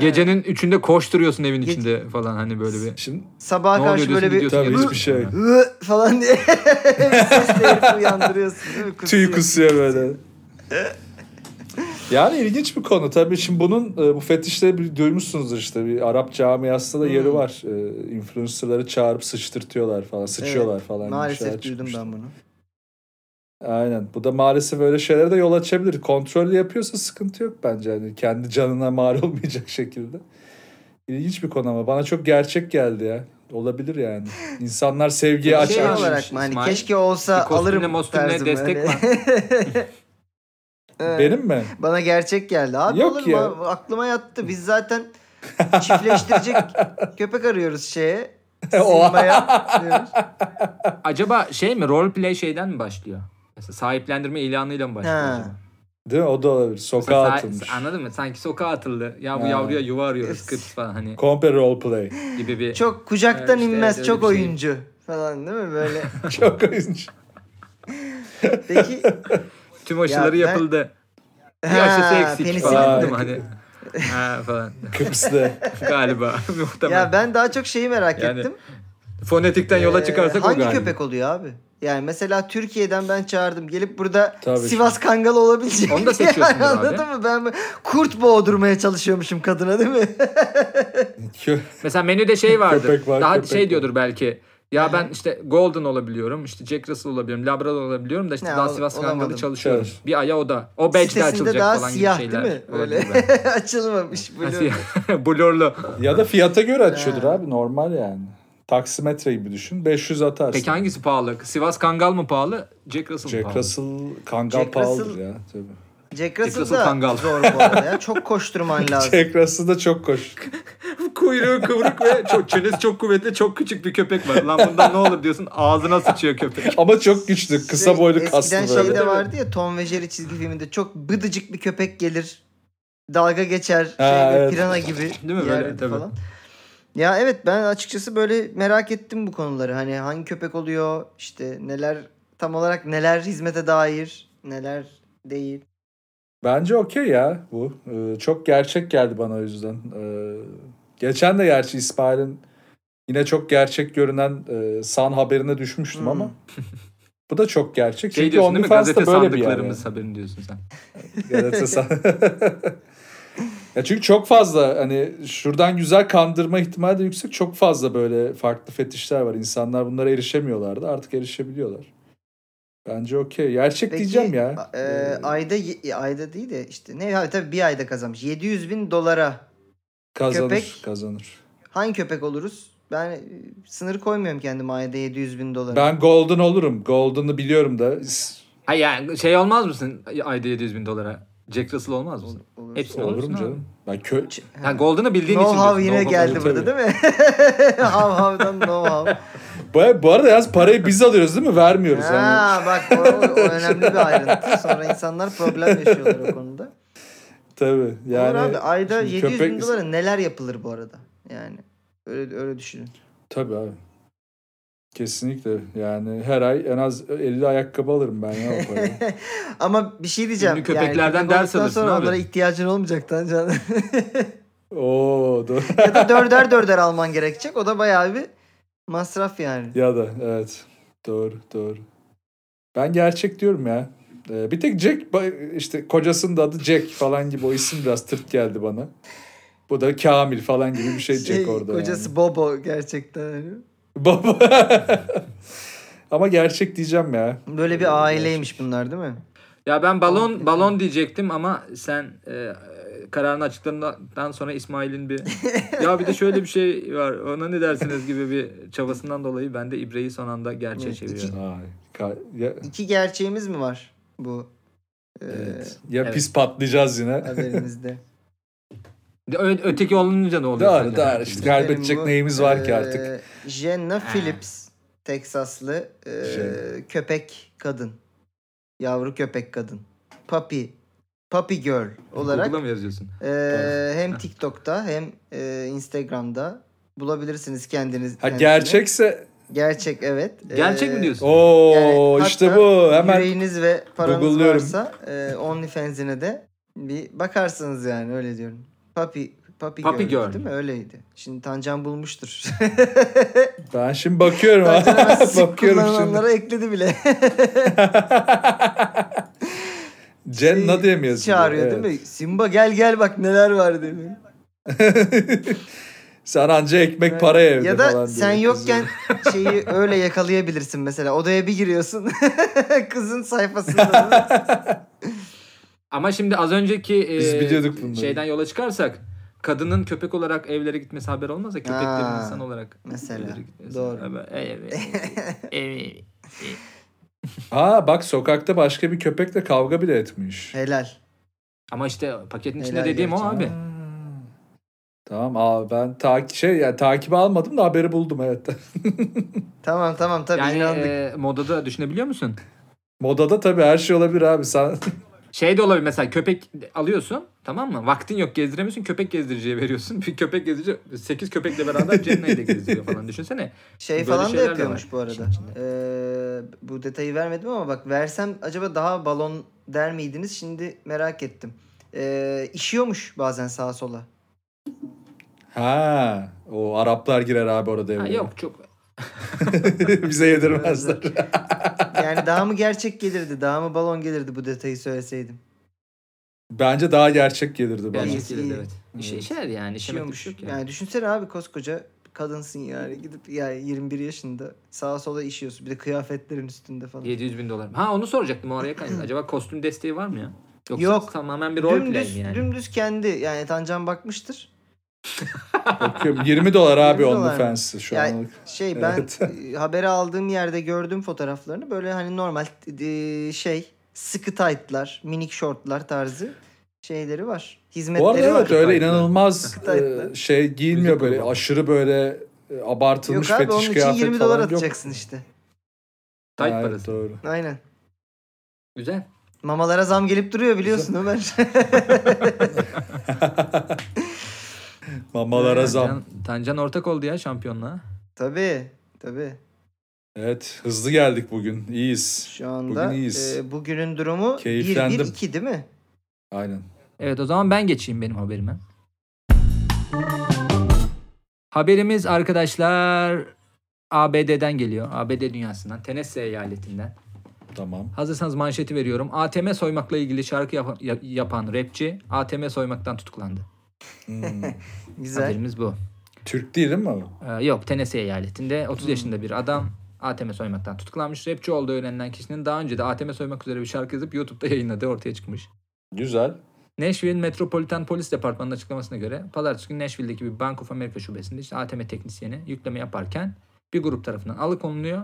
[SPEAKER 3] Gecenin üçünde koşturuyorsun evin
[SPEAKER 1] Ge-
[SPEAKER 3] içinde falan hani böyle bir.
[SPEAKER 2] Şimdi
[SPEAKER 1] Sabaha
[SPEAKER 3] Ne oluyor
[SPEAKER 1] karşı böyle bir
[SPEAKER 3] diyorsun,
[SPEAKER 2] tabii
[SPEAKER 3] gidiyorsun
[SPEAKER 2] hiçbir şey.
[SPEAKER 3] yanına.
[SPEAKER 1] "Hı" falan diye bir sesle herifi uyandırıyorsun değil mi?
[SPEAKER 2] tüy kusuyor böyle. Yani ilginç bir konu tabii. Şimdi bunun e, bu fetişleri bir duymuşsunuzdur işte bir Arap camiasında da yeri
[SPEAKER 1] Hmm.
[SPEAKER 2] var. E, influencerları çağırıp sıçtırtıyorlar falan, sıçıyorlar falan. gibi şeyler
[SPEAKER 1] Maalesef duydum
[SPEAKER 2] çıkmıştı.
[SPEAKER 1] ben bunu.
[SPEAKER 2] Aynen. Bu da maalesef öyle şeylere de yol açabilir. Kontrollü yapıyorsa sıkıntı yok bence. Yani kendi canına mal olmayacak şekilde. İlginç bir konu ama bana çok gerçek geldi ya. Olabilir yani. İnsanlar sevgiye aç
[SPEAKER 1] şey
[SPEAKER 2] aç.
[SPEAKER 1] olarak mı hani
[SPEAKER 3] İsmail,
[SPEAKER 1] keşke olsa
[SPEAKER 3] bir kostümle,
[SPEAKER 1] alırım
[SPEAKER 3] mostümle
[SPEAKER 1] tarzı mı?
[SPEAKER 3] destek
[SPEAKER 1] Hani-
[SPEAKER 3] var.
[SPEAKER 1] Evet.
[SPEAKER 2] Benim mi?
[SPEAKER 1] Bana gerçek geldi. Abi
[SPEAKER 2] Yok
[SPEAKER 1] olur
[SPEAKER 2] ya.
[SPEAKER 1] mu? Aklıma yattı. Biz zaten çiftleştirecek köpek arıyoruz şeye. Silmaya. diyoruz.
[SPEAKER 3] Acaba şey mi role play şeyden mi başlıyor? Mesela sahiplendirme ilanıyla mı başlıyor
[SPEAKER 1] Ha.
[SPEAKER 3] acaba?
[SPEAKER 2] Değil mi? O da olabilir. Sokağa
[SPEAKER 3] Sa-
[SPEAKER 2] atılmış.
[SPEAKER 3] Anladın mı? Sanki sokağa atıldı. Ya bu
[SPEAKER 2] Ha.
[SPEAKER 3] yavruya yuva arıyoruz
[SPEAKER 1] Yes.
[SPEAKER 3] kız falan hani
[SPEAKER 2] Komple roleplay.
[SPEAKER 3] gibi bir.
[SPEAKER 1] Çok kucaktan
[SPEAKER 3] Evet, işte
[SPEAKER 1] inmez.
[SPEAKER 3] öyle
[SPEAKER 1] çok
[SPEAKER 3] bir şey.
[SPEAKER 1] oyuncu falan değil mi? Böyle.
[SPEAKER 2] Çok ilginç.
[SPEAKER 1] Peki.
[SPEAKER 3] Tüm aşıları
[SPEAKER 1] Ya ben-
[SPEAKER 3] yapıldı. Bir aşısı
[SPEAKER 1] ha,
[SPEAKER 3] eksik
[SPEAKER 1] penisil.
[SPEAKER 3] falan
[SPEAKER 2] Vay.
[SPEAKER 3] anladın mı? Hani ha falan
[SPEAKER 2] Kıbrıs'ta.
[SPEAKER 3] galiba muhtemelen.
[SPEAKER 1] Ya ben daha çok şeyi merak
[SPEAKER 3] Yani
[SPEAKER 1] ettim.
[SPEAKER 3] Fonetikten yola
[SPEAKER 1] Ee,
[SPEAKER 3] çıkarsak o
[SPEAKER 1] hangi
[SPEAKER 3] galiba.
[SPEAKER 1] köpek oluyor abi? Yani mesela Türkiye'den ben çağırdım. Gelip burada
[SPEAKER 2] Tabii
[SPEAKER 1] Sivas Kangalı olabilecek.
[SPEAKER 3] Onu da
[SPEAKER 1] mi?
[SPEAKER 3] seçiyorsunuz abi.
[SPEAKER 1] Anladın mı? Ben bu- kurt boğdurmaya çalışıyormuşum kadına değil mi?
[SPEAKER 2] Kö-
[SPEAKER 3] Mesela menüde şey vardır.
[SPEAKER 2] Köpek var,
[SPEAKER 3] daha
[SPEAKER 2] köpek
[SPEAKER 3] şey
[SPEAKER 2] var.
[SPEAKER 3] diyordur belki. Ya ben işte Golden olabiliyorum, işte Jack Russell olabiliyorum, Labrador olabiliyorum da işte
[SPEAKER 1] Ya,
[SPEAKER 3] daha
[SPEAKER 1] ol-
[SPEAKER 3] Sivas Kangalı
[SPEAKER 1] olamadım.
[SPEAKER 3] çalışıyorum.
[SPEAKER 2] Evet.
[SPEAKER 3] Bir aya o da. O badge'de
[SPEAKER 1] Sitesinde
[SPEAKER 3] açılacak
[SPEAKER 1] daha
[SPEAKER 3] falan
[SPEAKER 1] siyah
[SPEAKER 3] gibi
[SPEAKER 1] değil
[SPEAKER 3] şeyler.
[SPEAKER 1] mi? Öyle.
[SPEAKER 3] olabilir belki.
[SPEAKER 1] Açılmamış.
[SPEAKER 3] Ha,
[SPEAKER 1] Blue.
[SPEAKER 3] siyah. Blurlu.
[SPEAKER 2] ya da fiyata göre açıyordur
[SPEAKER 1] Ha.
[SPEAKER 2] abi. Normal yani. Taksimetre gibi düşün. 500 atarsın.
[SPEAKER 3] Peki hangisi pahalı? Sivas Kangal mı pahalı? Jack Russell mı
[SPEAKER 2] Jack
[SPEAKER 3] pahalı?
[SPEAKER 2] Russell kangal
[SPEAKER 1] Jack
[SPEAKER 2] pahalıdır
[SPEAKER 1] Russell-
[SPEAKER 2] ya. Tabii.
[SPEAKER 1] Jack
[SPEAKER 3] Russell
[SPEAKER 1] Russell da
[SPEAKER 3] Kangal.
[SPEAKER 1] zor bu arada ya. Çok koşturman lazım.
[SPEAKER 2] Jack Russell da çok koş.
[SPEAKER 3] Kuyruğu kıvrık ve çok, çenesi çok kuvvetli çok küçük bir köpek var. Lan bundan ne olur diyorsun ağzına sıçıyor köpek.
[SPEAKER 2] Ama çok güçlü. Kısa
[SPEAKER 1] Şey,
[SPEAKER 2] boylu kaslı
[SPEAKER 1] Eskiden
[SPEAKER 2] böyle.
[SPEAKER 1] şeyde vardı ya Tom ve Jerry çizgi filminde çok bıdıcık bir köpek gelir. Dalga geçer.
[SPEAKER 2] Ha,
[SPEAKER 1] şey, böyle
[SPEAKER 2] evet.
[SPEAKER 1] Pirana gibi.
[SPEAKER 3] Değil
[SPEAKER 1] yer
[SPEAKER 3] mi? Böyle,
[SPEAKER 1] tabii.
[SPEAKER 3] tabii.
[SPEAKER 1] falan. Ya evet ben açıkçası böyle merak ettim bu konuları. Hani hangi köpek oluyor? işte neler tam olarak neler hizmete dair neler değil.
[SPEAKER 2] Bence okey ya bu. Ee, çok gerçek geldi bana o yüzden. Ee, geçen de gerçi İsmail'in yine çok gerçek görünen e, san haberine düşmüştüm
[SPEAKER 1] Hmm.
[SPEAKER 2] ama bu da çok gerçek.
[SPEAKER 3] Şey
[SPEAKER 2] Çünkü
[SPEAKER 3] diyorsun değil mi?
[SPEAKER 2] OnlyFans da
[SPEAKER 3] Gazete
[SPEAKER 2] böyle bir yer
[SPEAKER 3] sandıklarımız
[SPEAKER 2] yani.
[SPEAKER 3] haberini diyorsun sen.
[SPEAKER 2] Gazete san- ya çünkü çok fazla hani şuradan güzel kandırma ihtimali de yüksek. Çok fazla böyle farklı fetişler var. İnsanlar bunlara erişemiyorlardı. Artık erişebiliyorlar. Bence okey. Gerçek diyeceğim ya.
[SPEAKER 1] a- e,
[SPEAKER 2] Ee,
[SPEAKER 1] ayda ye- ayda değil de işte ne ha, tabii bir ayda kazanmış. 700 bin dolara
[SPEAKER 2] kazanır,
[SPEAKER 1] köpek-
[SPEAKER 2] kazanır.
[SPEAKER 1] hangi köpek oluruz? Ben e, sınır koymuyorum kendime ayda 700 bin dolara.
[SPEAKER 2] Ben Golden olurum. Golden'ı biliyorum da. İs-
[SPEAKER 3] Ha yani şey olmaz mısın ayda 700 bin dolara? Jack Russell olmaz mısın?
[SPEAKER 1] Olur.
[SPEAKER 3] Hepsini olursun
[SPEAKER 2] Olurum
[SPEAKER 3] abi.
[SPEAKER 2] canım. Ben kö
[SPEAKER 1] Ha.
[SPEAKER 3] Yani Golden'ı bildiğin için.
[SPEAKER 1] No how
[SPEAKER 3] diyorsun.
[SPEAKER 1] yine
[SPEAKER 3] No
[SPEAKER 1] geldi
[SPEAKER 2] tabii.
[SPEAKER 1] burada değil mi? how how'dan no how.
[SPEAKER 2] bu, bu arada yalnız parayı biz alıyoruz değil mi? Vermiyoruz. Hani Yani.
[SPEAKER 1] ha bak o, o önemli bir ayrıntı. Sonra insanlar problem yaşıyorlar o konuda.
[SPEAKER 2] Tabii.
[SPEAKER 1] Yani,
[SPEAKER 2] Yani
[SPEAKER 1] Olur abi ayda
[SPEAKER 2] şimdi
[SPEAKER 1] 700 bin
[SPEAKER 2] köpek-
[SPEAKER 1] dolara neler yapılır bu arada? Yani öyle, öyle düşünün.
[SPEAKER 2] Tabii abi. Kesinlikle. Yani her ay en az 50 ayakkabı alırım ben ya o parayı.
[SPEAKER 1] Ama bir şey diyeceğim.
[SPEAKER 3] Ünlü köpeklerden
[SPEAKER 1] köpek
[SPEAKER 3] ders
[SPEAKER 1] olduktan
[SPEAKER 3] alırsın
[SPEAKER 1] sonra
[SPEAKER 3] abi.
[SPEAKER 1] onlara ihtiyacın olmayacak Tancan.
[SPEAKER 2] Oo doğru.
[SPEAKER 1] ya da dörder dörder alman gerekecek. O da bayağı bir masraf yani.
[SPEAKER 2] ya da evet. Doğru doğru. Ben gerçek diyorum ya. Ee, bir tek Jack ba- işte kocasının da adı Jack falan gibi o isim biraz tırt geldi bana. Bu da Kamil falan gibi bir şey, Jack orada.
[SPEAKER 1] Kocası
[SPEAKER 2] yani.
[SPEAKER 1] Bobo gerçekten. hani.
[SPEAKER 2] Baba. Ama gerçek diyeceğim ya.
[SPEAKER 1] Böyle bir aileymiş bunlar değil mi?
[SPEAKER 3] Ya ben balon balon diyecektim ama sen e, kararını açıkladığından sonra İsmail'in bir ya bir de şöyle bir şey var ona ne dersiniz gibi bir çabasından dolayı ben de İbre'yi son anda gerçeğe
[SPEAKER 1] Evet,
[SPEAKER 3] çeviriyorum.
[SPEAKER 2] Ay, ka- ya,
[SPEAKER 1] İki gerçeğimiz mi var bu e,
[SPEAKER 2] evet. ya
[SPEAKER 3] evet.
[SPEAKER 2] pis patlayacağız yine.
[SPEAKER 1] haberinizde?
[SPEAKER 3] De, ö- öteki olunca ne oluyor?
[SPEAKER 2] Doğru
[SPEAKER 3] sence?
[SPEAKER 2] doğru işte kaybedecek
[SPEAKER 1] Benim bu,
[SPEAKER 2] neyimiz var ki
[SPEAKER 1] e,
[SPEAKER 2] artık.
[SPEAKER 1] Jenna
[SPEAKER 3] Ha.
[SPEAKER 1] Phillips, Teksaslı e,
[SPEAKER 2] Jenna.
[SPEAKER 1] köpek kadın. Yavru köpek kadın. Puppy. Puppy Girl olarak
[SPEAKER 3] Google'a mı yazıyorsun?
[SPEAKER 1] e, hem TikTok'ta hem e, Instagram'da bulabilirsiniz kendiniz.
[SPEAKER 2] Ha
[SPEAKER 1] kendisini.
[SPEAKER 2] gerçekse
[SPEAKER 1] Gerçek evet.
[SPEAKER 3] Gerçek
[SPEAKER 1] E,
[SPEAKER 3] mi diyorsun?
[SPEAKER 2] o
[SPEAKER 1] Yani
[SPEAKER 2] işte
[SPEAKER 1] hatta
[SPEAKER 2] bu hemen
[SPEAKER 1] Yüreğiniz ve paranız
[SPEAKER 2] Google'lıyorum.
[SPEAKER 1] varsa e, OnlyFans'ine de bir bakarsınız yani öyle diyorum. Papi Papi,
[SPEAKER 3] Puppy
[SPEAKER 1] Girl.
[SPEAKER 3] Girl.
[SPEAKER 1] Değil mi? Öyleydi. Şimdi Tancan bulmuştur.
[SPEAKER 2] ben şimdi bakıyorum
[SPEAKER 1] Tancan hemen sık
[SPEAKER 2] bakıyorum şimdi.
[SPEAKER 1] kullanılanlara ekledi bile.
[SPEAKER 2] Cenna diye mi yazıyor?
[SPEAKER 1] şey Çağırıyor değil mi? Simba gel gel bak neler var değil mi?
[SPEAKER 2] Sen anca ekmek para evde
[SPEAKER 1] ya
[SPEAKER 2] falan
[SPEAKER 1] da
[SPEAKER 2] diye
[SPEAKER 1] sen
[SPEAKER 2] kızıyor.
[SPEAKER 1] yokken şeyi öyle yakalayabilirsin mesela. Odaya bir giriyorsun. Kızın sayfasında.
[SPEAKER 3] Ama şimdi az önceki e,
[SPEAKER 2] Biz biliyorduk bunları.
[SPEAKER 3] şeyden yola çıkarsak kadının köpek olarak evlere gitmesi haber olmaz ya köpeklerin
[SPEAKER 1] Ha,
[SPEAKER 3] insan olarak
[SPEAKER 1] mesela.
[SPEAKER 3] evlere gitmesi.
[SPEAKER 1] Doğru.
[SPEAKER 3] Haber- Evet. Evet.
[SPEAKER 2] Ha bak sokakta başka bir köpekle kavga bile etmiş.
[SPEAKER 1] Helal.
[SPEAKER 3] Ama işte paketin içinde
[SPEAKER 1] Helal
[SPEAKER 3] dediğim o
[SPEAKER 1] gerçi.
[SPEAKER 3] abi.
[SPEAKER 2] Tamam abi ben takip şey yani takibi almadım da haberi buldum evet.
[SPEAKER 1] Tamam tamam tabii
[SPEAKER 3] Yani
[SPEAKER 1] inandık.
[SPEAKER 3] e, modada düşünebiliyor musun?
[SPEAKER 2] Modada tabii her şey olabilir abi. Sen
[SPEAKER 3] Şey de olabilir mesela köpek alıyorsun tamam mı? Vaktin yok gezdiremiyorsun köpek gezdiriciye veriyorsun. Bir köpek gezdirici 8 köpekle beraber Cennet'i de gezdiriyor falan düşünsene.
[SPEAKER 1] Şey
[SPEAKER 3] Böyle
[SPEAKER 1] falan da
[SPEAKER 3] şeyler de
[SPEAKER 1] yapıyormuş
[SPEAKER 3] var
[SPEAKER 1] bu arada. Ee, bu detayı vermedim ama bak versem acaba daha balon der miydiniz? Şimdi merak ettim. Ee, işiyormuş bazen sağa sola.
[SPEAKER 2] ha o Araplar girer abi orada
[SPEAKER 3] Ha,
[SPEAKER 2] evine.
[SPEAKER 3] yok çok
[SPEAKER 2] Bize yedirmezler.
[SPEAKER 1] Yani daha mı gerçek gelirdi? Daha mı balon gelirdi bu detayı söyleseydim?
[SPEAKER 2] Bence daha gerçek gelirdi bana.
[SPEAKER 3] gerçek değil
[SPEAKER 1] iyi.
[SPEAKER 3] evet. İşe,
[SPEAKER 2] Evet.
[SPEAKER 3] işler yani. işemek bir
[SPEAKER 1] İşiyormuş.
[SPEAKER 3] şey yok
[SPEAKER 1] Yani.
[SPEAKER 3] yani.
[SPEAKER 1] düşünsene abi koskoca kadınsın yani gidip yani 21 yaşında sağa sola işiyorsun. Bir de kıyafetlerin üstünde falan.
[SPEAKER 3] 700 bin dolar. Ha onu soracaktım o araya kaynadı. Acaba kostüm desteği var mı ya? Yoksa
[SPEAKER 1] Yok.
[SPEAKER 3] tamamen bir rol play mi
[SPEAKER 1] Dümdüz,
[SPEAKER 3] yani?
[SPEAKER 1] dümdüz kendi yani Tancan bakmıştır.
[SPEAKER 2] Bakıyorum 20 dolar abi
[SPEAKER 1] 20 dolar mı?
[SPEAKER 2] OnlyFans'ı şu
[SPEAKER 1] Yani
[SPEAKER 2] anlık.
[SPEAKER 1] Şey ben
[SPEAKER 2] Evet.
[SPEAKER 1] e, haberi aldığım yerde gördüm fotoğraflarını. Böyle hani normal e, şey sıkı taytlar, minik şortlar tarzı şeyleri var. Hizmetleri
[SPEAKER 2] Bu arada
[SPEAKER 1] var.
[SPEAKER 2] evet öyle inanılmaz
[SPEAKER 1] Kıta etme.
[SPEAKER 2] e, şey giyinmiyor
[SPEAKER 3] Müzik
[SPEAKER 2] böyle
[SPEAKER 3] grubu.
[SPEAKER 2] aşırı böyle e, abartılmış
[SPEAKER 1] Yok abi
[SPEAKER 2] fetiş
[SPEAKER 1] onun için
[SPEAKER 2] kıyafet
[SPEAKER 1] 20
[SPEAKER 2] falan
[SPEAKER 1] dolar
[SPEAKER 2] yok.
[SPEAKER 1] atacaksın işte.
[SPEAKER 3] Tayt
[SPEAKER 2] Evet,
[SPEAKER 3] parası.
[SPEAKER 2] Doğru.
[SPEAKER 1] Aynen.
[SPEAKER 3] Güzel.
[SPEAKER 1] Mamalara zam gelip duruyor biliyorsun Ömer.
[SPEAKER 2] Mamalara
[SPEAKER 1] Evet,
[SPEAKER 2] zam.
[SPEAKER 3] Tancan, Tancan ortak oldu ya şampiyonluğa.
[SPEAKER 1] tabii. Tabii.
[SPEAKER 2] Evet hızlı geldik bugün. İyiyiz.
[SPEAKER 1] Şu anda
[SPEAKER 2] Bugün iyiyiz.
[SPEAKER 1] e, bugünün durumu
[SPEAKER 2] Keyiflendim.
[SPEAKER 1] 1-1-2 değil mi?
[SPEAKER 2] Aynen.
[SPEAKER 3] Evet o zaman ben geçeyim benim haberime. Haberimiz arkadaşlar ABD'den geliyor. ABD dünyasından. Tennessee eyaletinden.
[SPEAKER 2] Tamam.
[SPEAKER 3] Hazırsanız manşeti veriyorum. ATM soymakla ilgili şarkı yapan, ya- yapan rapçi ATM soymaktan tutuklandı.
[SPEAKER 2] Hmm.
[SPEAKER 1] Güzel.
[SPEAKER 3] Haberimiz bu.
[SPEAKER 2] Türk değil değil mi abi?
[SPEAKER 3] Ee, yok Tennessee eyaletinde 30 yaşında bir adam ATM soymaktan tutuklanmış. Rapçi olduğu öğrenilen kişinin daha önce de ATM soymak üzere bir şarkı yazıp YouTube'da yayınladığı ortaya çıkmış.
[SPEAKER 2] Güzel.
[SPEAKER 3] Nashville Metropolitan Polis Departmanı'nın açıklamasına göre pazartesi günü Nashville'deki bir Bank of America şubesinde işte ATM teknisyeni yükleme yaparken bir grup tarafından alıkonuluyor.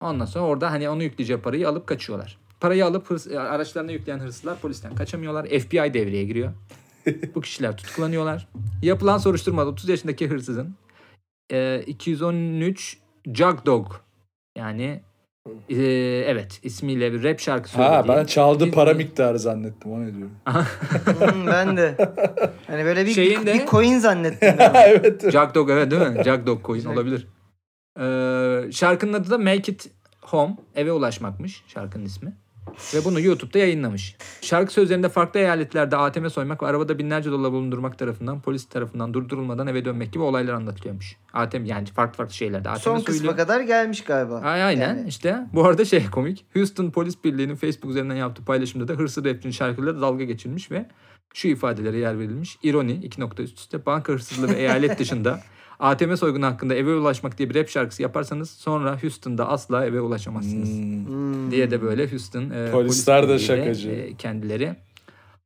[SPEAKER 3] Ondan sonra orada hani onu yükleyeceği parayı alıp kaçıyorlar. Parayı alıp hırs- e, araçlarına yükleyen hırsızlar polisten kaçamıyorlar. FBI devreye giriyor. Bu kişiler tutuklanıyorlar. Yapılan soruşturmada 30 yaşındaki hırsızın e, 213 Jug Dog yani e, evet ismiyle bir rap şarkı söylediği.
[SPEAKER 2] Ha ben çaldı
[SPEAKER 3] Bir-
[SPEAKER 2] para
[SPEAKER 3] bir-
[SPEAKER 2] miktarı zannettim. O ne diyorum?
[SPEAKER 1] Hmm, ben de. Hani böyle bir,
[SPEAKER 3] Şeyin de-
[SPEAKER 1] bir coin zannettim. ben.
[SPEAKER 2] evet.
[SPEAKER 3] Jack Dog evet değil mi? Jack Dog coin
[SPEAKER 1] Jack-
[SPEAKER 3] olabilir. Ee, şarkının adı da Make It Home. Eve ulaşmakmış şarkının ismi. Ve bunu YouTube'da yayınlamış. Şarkı sözlerinde farklı eyaletlerde ATM soymak ve arabada binlerce dolar bulundurmak tarafından polis tarafından durdurulmadan eve dönmek gibi olaylar anlatılıyormuş. ATM yani farklı farklı şeylerde. ATM
[SPEAKER 1] Son kısma
[SPEAKER 3] soyuluyor.
[SPEAKER 1] kadar gelmiş galiba.
[SPEAKER 3] Ay, aynen
[SPEAKER 1] Yani.
[SPEAKER 3] işte. Bu arada şey komik. Houston Polis Birliği'nin Facebook üzerinden yaptığı paylaşımda da hırsız rapçinin şarkıları dalga geçilmiş ve şu ifadelere yer verilmiş. İroni iki nokta üst üste banka hırsızlığı ve eyalet dışında ATM soygunu hakkında eve ulaşmak diye bir rap şarkısı yaparsanız sonra Houston'da asla eve ulaşamazsınız.
[SPEAKER 2] Hmm.
[SPEAKER 1] Hmm.
[SPEAKER 3] Diye de böyle Houston e,
[SPEAKER 2] Polisler de
[SPEAKER 3] Birliği'yle,
[SPEAKER 2] şakacı.
[SPEAKER 3] e, kendileri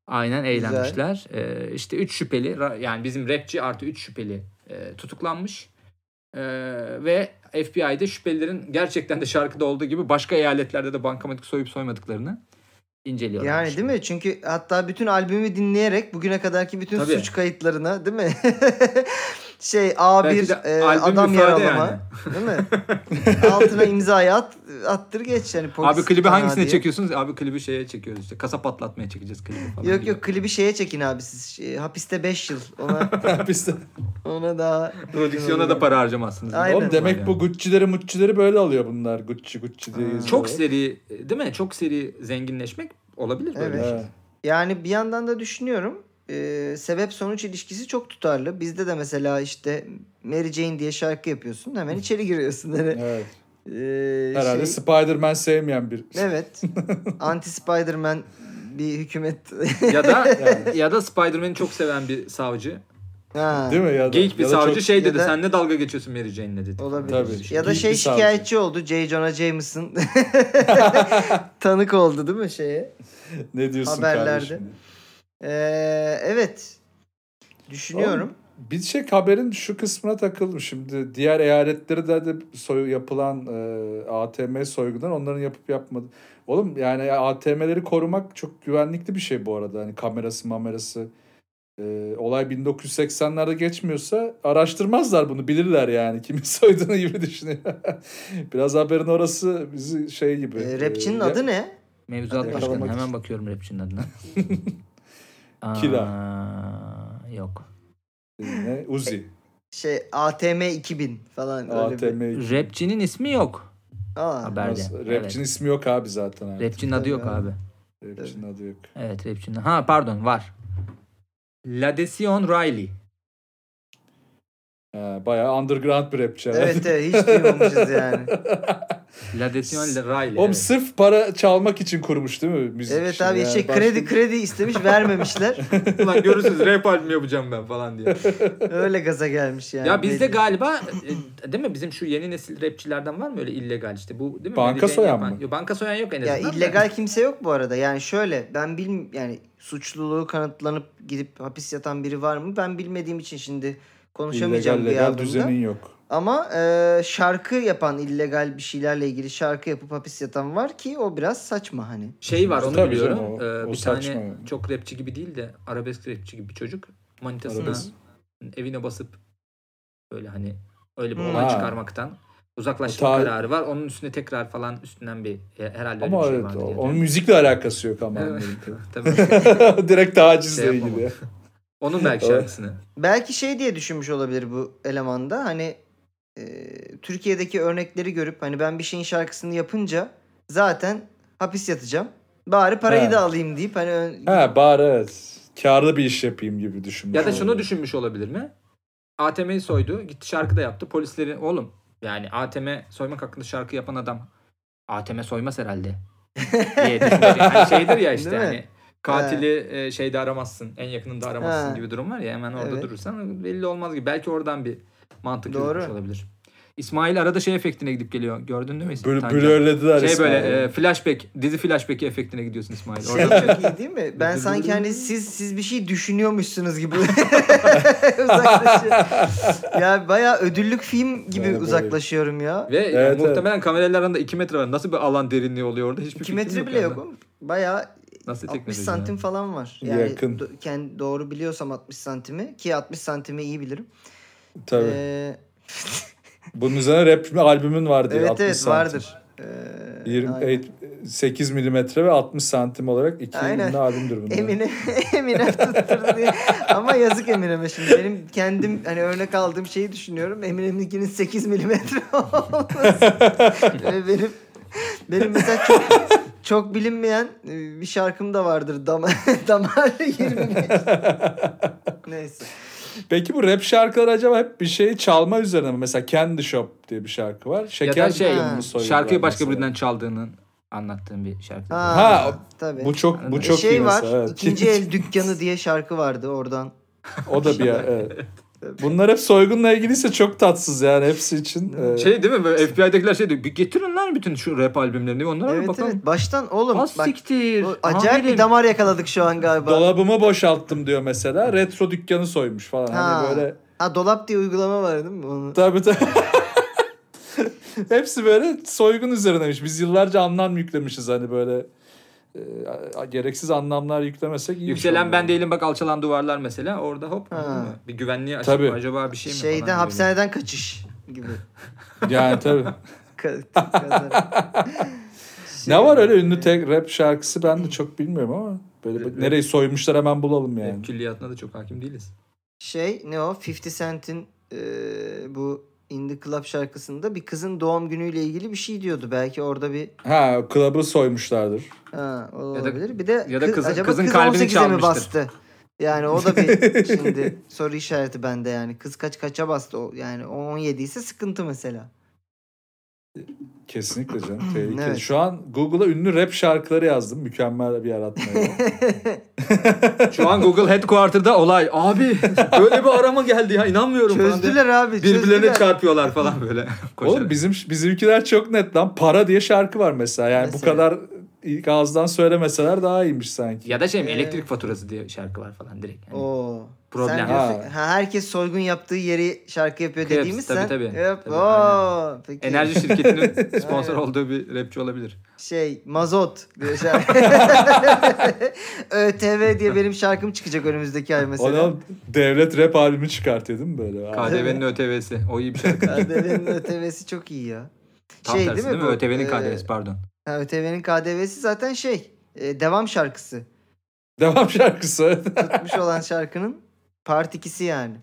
[SPEAKER 3] aynen eğlenmişler. E, işte 3 şüpheli ra- yani bizim rapçi artı 3 şüpheli e, tutuklanmış. E, ve FBI'de şüphelilerin gerçekten de şarkıda olduğu gibi başka eyaletlerde de bankamatik soyup soymadıklarını inceliyorlar.
[SPEAKER 1] Yani değil mi? Çünkü hatta bütün albümü dinleyerek bugüne kadarki bütün
[SPEAKER 3] Tabii.
[SPEAKER 1] suç kayıtlarına değil mi? şey A1 e, adam
[SPEAKER 3] yaralama.
[SPEAKER 1] yaralama değil mi? Altına imzayı at, attır geç yani polis.
[SPEAKER 3] Abi klibi
[SPEAKER 1] fena
[SPEAKER 3] hangisine
[SPEAKER 1] diye.
[SPEAKER 3] çekiyorsunuz? Abi klibi şeye çekiyoruz işte. Kasa patlatmaya çekeceğiz klibi falan.
[SPEAKER 1] Yok
[SPEAKER 3] gibi.
[SPEAKER 1] yok klibi şeye çekin abi siz. Şey, hapiste 5 yıl. Ona
[SPEAKER 2] Biz de-
[SPEAKER 1] ona daha
[SPEAKER 3] Prodüksiyona da para harcamazsınız.
[SPEAKER 1] Aynen.
[SPEAKER 2] Oğlum demek
[SPEAKER 3] Yani.
[SPEAKER 2] bu Gucci'leri Mucci'leri böyle alıyor bunlar. Gucci Gucci diye
[SPEAKER 1] Aa.
[SPEAKER 2] yazıyor.
[SPEAKER 3] Çok seri değil mi? Çok seri zenginleşmek olabilir böyle.
[SPEAKER 1] Evet.
[SPEAKER 2] Ha.
[SPEAKER 1] Yani bir yandan da düşünüyorum. e, sebep sonuç ilişkisi çok tutarlı. Bizde de mesela işte Mary Jane diye şarkı yapıyorsun. Hemen içeri giriyorsun. Hani,
[SPEAKER 2] Evet.
[SPEAKER 1] e,
[SPEAKER 2] Herhalde
[SPEAKER 1] şey-
[SPEAKER 2] Spider-Man sevmeyen bir.
[SPEAKER 1] Evet. Anti Spider-Man bir hükümet.
[SPEAKER 3] Ya da
[SPEAKER 2] Yani.
[SPEAKER 3] ya da Spider-Man'i çok seven bir savcı.
[SPEAKER 1] ha.
[SPEAKER 2] Değil mi? Ya da,
[SPEAKER 3] Geyik bir
[SPEAKER 2] ya da
[SPEAKER 3] savcı
[SPEAKER 2] çok-
[SPEAKER 3] şey
[SPEAKER 1] Ya
[SPEAKER 3] dedi.
[SPEAKER 1] da-
[SPEAKER 3] Sen ne dalga geçiyorsun Mary Jane'le dedi.
[SPEAKER 1] Olabilir.
[SPEAKER 2] Tabii.
[SPEAKER 1] Ya da
[SPEAKER 2] İyi
[SPEAKER 1] şey
[SPEAKER 2] bir savcı.
[SPEAKER 1] şikayetçi oldu. J. Jonah Jameson tanık oldu değil mi şeye?
[SPEAKER 2] Ne diyorsun
[SPEAKER 1] Haberlerde.
[SPEAKER 2] kardeşim?
[SPEAKER 1] Ee, evet. Düşünüyorum.
[SPEAKER 2] Bir şey haberin şu kısmına takıldım. Şimdi diğer eyaletlere de, de soy, yapılan e, ATM soygundan onların yapıp yapmadı. Oğlum yani ATM'leri korumak çok güvenlikli bir şey bu arada. Hani kamerası mamerası. E, olay 1980'lerde geçmiyorsa araştırmazlar bunu. Bilirler yani kimin soyduğunu gibi düşünüyor. Biraz haberin orası bizi şey gibi.
[SPEAKER 1] Ee, rapçinin
[SPEAKER 2] e, ya-
[SPEAKER 1] adı ne?
[SPEAKER 3] Mevzuat
[SPEAKER 1] Hadi
[SPEAKER 3] başkanı.
[SPEAKER 2] yakalamak
[SPEAKER 3] Hemen
[SPEAKER 2] için.
[SPEAKER 3] bakıyorum rapçinin adına. Aa, Yok.
[SPEAKER 2] e, Ne? Uzi.
[SPEAKER 1] Şey ATM 2000 falan öyle bir.
[SPEAKER 2] ATM.
[SPEAKER 3] Rapçinin ismi yok
[SPEAKER 1] Aa,
[SPEAKER 3] haberde.
[SPEAKER 2] Nasıl?
[SPEAKER 3] Evet.
[SPEAKER 2] Rapçinin ismi yok abi zaten. artık.
[SPEAKER 3] Rapçinin adı yok
[SPEAKER 1] Tabii
[SPEAKER 3] abi.
[SPEAKER 2] Rapçinin adı yok.
[SPEAKER 3] Evet rapçinin. Ha pardon var. Ladesion Riley.
[SPEAKER 2] Ha, Ee, bayağı underground bir rapçi. herhalde.
[SPEAKER 1] Evet evet hiç duymamışız yani.
[SPEAKER 3] Ladesion Riley.
[SPEAKER 2] Oğlum
[SPEAKER 3] evet.
[SPEAKER 2] sırf para çalmak için kurmuş değil mi müzik
[SPEAKER 1] Evet
[SPEAKER 2] işini?
[SPEAKER 1] abi
[SPEAKER 2] Yani
[SPEAKER 1] şey
[SPEAKER 2] başka-
[SPEAKER 1] kredi kredi istemiş vermemişler.
[SPEAKER 3] Ulan görürsünüz rap albümü yapacağım ben falan diye.
[SPEAKER 1] Öyle gaza gelmiş yani.
[SPEAKER 3] ya bizde
[SPEAKER 1] Belli.
[SPEAKER 3] galiba e, değil mi bizim şu yeni nesil rapçilerden var mı öyle illegal işte bu değil mi?
[SPEAKER 2] Banka
[SPEAKER 3] Mary Jane
[SPEAKER 2] soyan
[SPEAKER 3] yapan-
[SPEAKER 2] mı?
[SPEAKER 3] Yok banka soyan yok en
[SPEAKER 1] Ya
[SPEAKER 3] azından. da.
[SPEAKER 1] illegal kimse yok bu arada. Yani şöyle ben bilm yani suçluluğu kanıtlanıp gidip hapis yatan biri var mı? Ben bilmediğim için şimdi Konuşamayacağım
[SPEAKER 2] İllegal
[SPEAKER 1] bir
[SPEAKER 2] legal
[SPEAKER 1] ardından.
[SPEAKER 2] düzenin yok.
[SPEAKER 1] Ama e, şarkı yapan illegal bir şeylerle ilgili şarkı yapıp hapis yatan var ki o biraz saçma hani.
[SPEAKER 3] Şey var onu
[SPEAKER 2] Tabii
[SPEAKER 3] biliyorum.
[SPEAKER 2] canım, o-
[SPEAKER 3] Ee,
[SPEAKER 2] o
[SPEAKER 3] bir tane
[SPEAKER 2] saçma yani.
[SPEAKER 3] çok rapçi gibi değil de arabesk rapçi gibi bir çocuk manitasına
[SPEAKER 2] Arabesk.
[SPEAKER 3] evine basıp böyle hani öyle bir
[SPEAKER 1] Hmm.
[SPEAKER 3] olay
[SPEAKER 2] Ha.
[SPEAKER 3] çıkarmaktan uzaklaşma
[SPEAKER 2] O ta-
[SPEAKER 3] kararı var. Onun üstüne tekrar falan üstünden bir e, herhalde öyle
[SPEAKER 2] Ama
[SPEAKER 3] bir şey
[SPEAKER 2] evet,
[SPEAKER 3] vardı.
[SPEAKER 2] o-
[SPEAKER 3] diye
[SPEAKER 2] onun
[SPEAKER 3] diyorum.
[SPEAKER 2] müzikle alakası yok ama.
[SPEAKER 3] Evet.
[SPEAKER 2] anladım.
[SPEAKER 3] Tabii.
[SPEAKER 2] Direkt tacizle
[SPEAKER 3] Şey yapamam.
[SPEAKER 2] ilgili.
[SPEAKER 3] Onun belki
[SPEAKER 2] Evet.
[SPEAKER 3] şarkısını.
[SPEAKER 1] Belki şey diye düşünmüş olabilir bu elemanda hani e, Türkiye'deki örnekleri görüp hani ben bir şeyin şarkısını yapınca zaten hapis yatacağım. Bari parayı
[SPEAKER 2] He.
[SPEAKER 1] da alayım deyip hani ön-
[SPEAKER 2] Ha bari evet. Karlı bir iş yapayım gibi düşünmüş.
[SPEAKER 1] Hmm.
[SPEAKER 3] Ya da şunu
[SPEAKER 2] olabilir.
[SPEAKER 3] düşünmüş olabilir mi? ATM'yi soydu. Gitti şarkı da yaptı. Polisleri oğlum yani ATM soymak hakkında şarkı yapan adam ATM soymaz herhalde. diye düşünür. Yani şeydir ya işte
[SPEAKER 1] Değil mi?
[SPEAKER 3] hani katili e, şeyde aramazsın. En yakınında aramazsın
[SPEAKER 1] Ha.
[SPEAKER 3] gibi durum var ya hemen orada
[SPEAKER 1] Evet.
[SPEAKER 3] durursan belli olmaz gibi. Belki oradan bir mantık
[SPEAKER 1] Doğru.
[SPEAKER 3] yürütmüş olabilir. İsmail arada şey efektine gidip geliyor. Gördün değil mi?
[SPEAKER 2] Böyle,
[SPEAKER 3] Tancan?
[SPEAKER 2] böyle öylediler
[SPEAKER 3] şey
[SPEAKER 2] İsmail.
[SPEAKER 3] böyle e, flashback, dizi flashback efektine gidiyorsun İsmail.
[SPEAKER 1] Şey
[SPEAKER 3] Orada
[SPEAKER 1] çok iyi değil mi? Ben sanki hani siz siz bir şey düşünüyormuşsunuz gibi uzaklaşıyorum. ya bayağı ödüllük film gibi
[SPEAKER 2] Ben de böyle-
[SPEAKER 1] uzaklaşıyorum ya.
[SPEAKER 3] ve yani
[SPEAKER 2] evet.
[SPEAKER 3] muhtemelen kameralar arasında 2 metre var. Nasıl bir alan derinliği oluyor orada? Hiçbir
[SPEAKER 1] 2
[SPEAKER 3] fikrim
[SPEAKER 1] metre bile
[SPEAKER 3] yani.
[SPEAKER 1] yok oğlum. Bayağı
[SPEAKER 3] Nasıl
[SPEAKER 1] 60
[SPEAKER 3] teknoloji
[SPEAKER 1] santim
[SPEAKER 3] ya?
[SPEAKER 1] falan var. Yani
[SPEAKER 2] Yakın.
[SPEAKER 1] do- kendi doğru biliyorsam 60 santimi ki 60 santimi iyi bilirim.
[SPEAKER 2] Tabii.
[SPEAKER 1] Ee,
[SPEAKER 2] Bunun üzerine rap albümün vardı. ya,
[SPEAKER 1] evet
[SPEAKER 2] 60
[SPEAKER 1] evet
[SPEAKER 2] santim.
[SPEAKER 1] vardır. Ee,
[SPEAKER 2] 28 8 milimetre ve 60 santim olarak iki
[SPEAKER 1] Aynen.
[SPEAKER 2] ünlü albümdür bunlar.
[SPEAKER 1] Emine Emine tutturdu diye. Ama yazık Emine'me şimdi. Benim kendim hani örnek aldığım şeyi düşünüyorum. Emine'minkinin 8 milimetre olması. Ve benim benim mesela çok, çok bilinmeyen e, bir şarkım da vardır. Dam damar 25. Neyse.
[SPEAKER 2] Peki bu rap şarkıları acaba hep bir şeyi çalma üzerine mi? Mesela Candy Shop diye bir şarkı var. Şeker
[SPEAKER 3] Ya da şey,
[SPEAKER 2] dükkanını soyuyorlar
[SPEAKER 3] Şarkıyı başka
[SPEAKER 2] mesela.
[SPEAKER 3] birinden çaldığının anlattığım bir şarkı.
[SPEAKER 1] Ha,
[SPEAKER 2] Ha,
[SPEAKER 1] tabii.
[SPEAKER 2] Bu çok bu
[SPEAKER 3] E
[SPEAKER 1] E,
[SPEAKER 2] çok iyi
[SPEAKER 1] şey var.
[SPEAKER 2] mesela. evet.
[SPEAKER 1] İkinci el dükkanı diye şarkı vardı oradan.
[SPEAKER 2] o da bir evet. Bunlar hep soygunla ilgiliyse çok tatsız yani hepsi için. e,
[SPEAKER 3] Şey değil mi? Böyle FBI'dekiler şey diyor. "Bir Getirin lan bütün şu rap albümlerini. Onlara bir
[SPEAKER 1] Evet
[SPEAKER 3] bakalım.
[SPEAKER 1] evet. Baştan oğlum
[SPEAKER 3] Az
[SPEAKER 1] bak.
[SPEAKER 3] siktir.
[SPEAKER 1] o- Acayip bir
[SPEAKER 3] Aferin.
[SPEAKER 1] damar yakaladık şu an galiba.
[SPEAKER 2] dolabımı boşalttım diyor mesela. Retro dükkanı soymuş falan.
[SPEAKER 1] Ha.
[SPEAKER 2] Hani böyle
[SPEAKER 1] Ha dolap diye uygulama var değil mi? Onu...
[SPEAKER 2] Tabii tabii. Hepsi böyle soygun üzerineymiş. Biz yıllarca anlam yüklemişiz hani böyle e, a- gereksiz anlamlar yüklemesek iyi. şey
[SPEAKER 3] Yükselen ben değilim bak alçalan duvarlar mesela. Orada hop.
[SPEAKER 1] Ha.
[SPEAKER 3] anladın mı? Bir güvenliği açıp
[SPEAKER 2] Tabii.
[SPEAKER 3] acaba bir şey mi?
[SPEAKER 1] Şeyde
[SPEAKER 3] falan diyor.
[SPEAKER 1] hapishaneden kaçış gibi.
[SPEAKER 2] Yani tabii.
[SPEAKER 1] Ka- kadar. Şey-
[SPEAKER 2] ne var öyle ünlü tek rap şarkısı ben de çok bilmiyorum ama böyle bir- nereyi soymuşlar hemen bulalım yani.
[SPEAKER 3] Rap Külliyatına da çok hakim değiliz.
[SPEAKER 1] Şey ne o 50 Cent'in eee, bu In The Club şarkısında bir kızın doğum günüyle ilgili bir şey diyordu. Belki orada bir
[SPEAKER 2] Ha, klabı soymuşlardır.
[SPEAKER 1] ha, o
[SPEAKER 3] Ya da-
[SPEAKER 1] olabilir. bir de,
[SPEAKER 3] ya da
[SPEAKER 1] kız-
[SPEAKER 3] kızın-
[SPEAKER 1] acaba
[SPEAKER 3] kızın
[SPEAKER 1] kız
[SPEAKER 3] kalbini
[SPEAKER 1] 18'e mi
[SPEAKER 3] çalmıştır.
[SPEAKER 1] bastı? Yani o da bir şimdi soru işareti bende yani. Kız kaç kaça bastı? O- Yani o 17 ise sıkıntı mesela.
[SPEAKER 2] Kesinlikle canım. Tehlikeli.
[SPEAKER 1] Hmm, Evet.
[SPEAKER 2] Şu an Google'a ünlü rap şarkıları yazdım. Mükemmel bir yaratma. ya.
[SPEAKER 3] Şu an Google Headquarter'da olay. Abi böyle bir arama geldi ya inanmıyorum. falan diye.
[SPEAKER 1] çözdüler abi.
[SPEAKER 3] Birbirlerine
[SPEAKER 1] çözdüler.
[SPEAKER 3] çarpıyorlar falan böyle.
[SPEAKER 2] Oğlum
[SPEAKER 3] Koşarak.
[SPEAKER 2] bizim bizimkiler çok net lan. Para diye şarkı var mesela. Yani bu
[SPEAKER 1] Mesela.
[SPEAKER 2] kadar ilk ağızdan söylemeseler daha iyiymiş sanki.
[SPEAKER 3] Ya da şey mi
[SPEAKER 1] Ee,
[SPEAKER 3] elektrik faturası diye şarkı var falan direkt. Yani
[SPEAKER 1] Oo.
[SPEAKER 3] Hani Problem.
[SPEAKER 1] Sen diyorsun, ha, herkes soygun yaptığı yeri şarkı yapıyor
[SPEAKER 3] Kıyaps,
[SPEAKER 1] dediğimiz
[SPEAKER 3] tabii,
[SPEAKER 1] sen.
[SPEAKER 3] tabii.
[SPEAKER 1] Yap,
[SPEAKER 3] Tabii,
[SPEAKER 1] oo,
[SPEAKER 3] aynen.
[SPEAKER 1] peki.
[SPEAKER 3] Enerji şirketinin sponsor
[SPEAKER 1] Aynen.
[SPEAKER 3] olduğu bir rapçi olabilir.
[SPEAKER 1] Şey mazot. diye şarkı. ÖTV diye benim şarkım çıkacak önümüzdeki ay mesela.
[SPEAKER 2] Adam devlet rap albümü çıkartıyor değil mi böyle?
[SPEAKER 3] KDV'nin ÖTV'si. O iyi bir şarkı.
[SPEAKER 1] KDV'nin ÖTV'si çok iyi ya. Şey,
[SPEAKER 3] Tam tersi değil mi?
[SPEAKER 1] bu?
[SPEAKER 3] ÖTV'nin
[SPEAKER 1] Ee,
[SPEAKER 3] KDV'si pardon.
[SPEAKER 1] ha, ÖTV'nin KDV'si zaten şey. e, devam şarkısı.
[SPEAKER 2] Devam şarkısı.
[SPEAKER 1] Tutmuş olan şarkının part 2'si yani.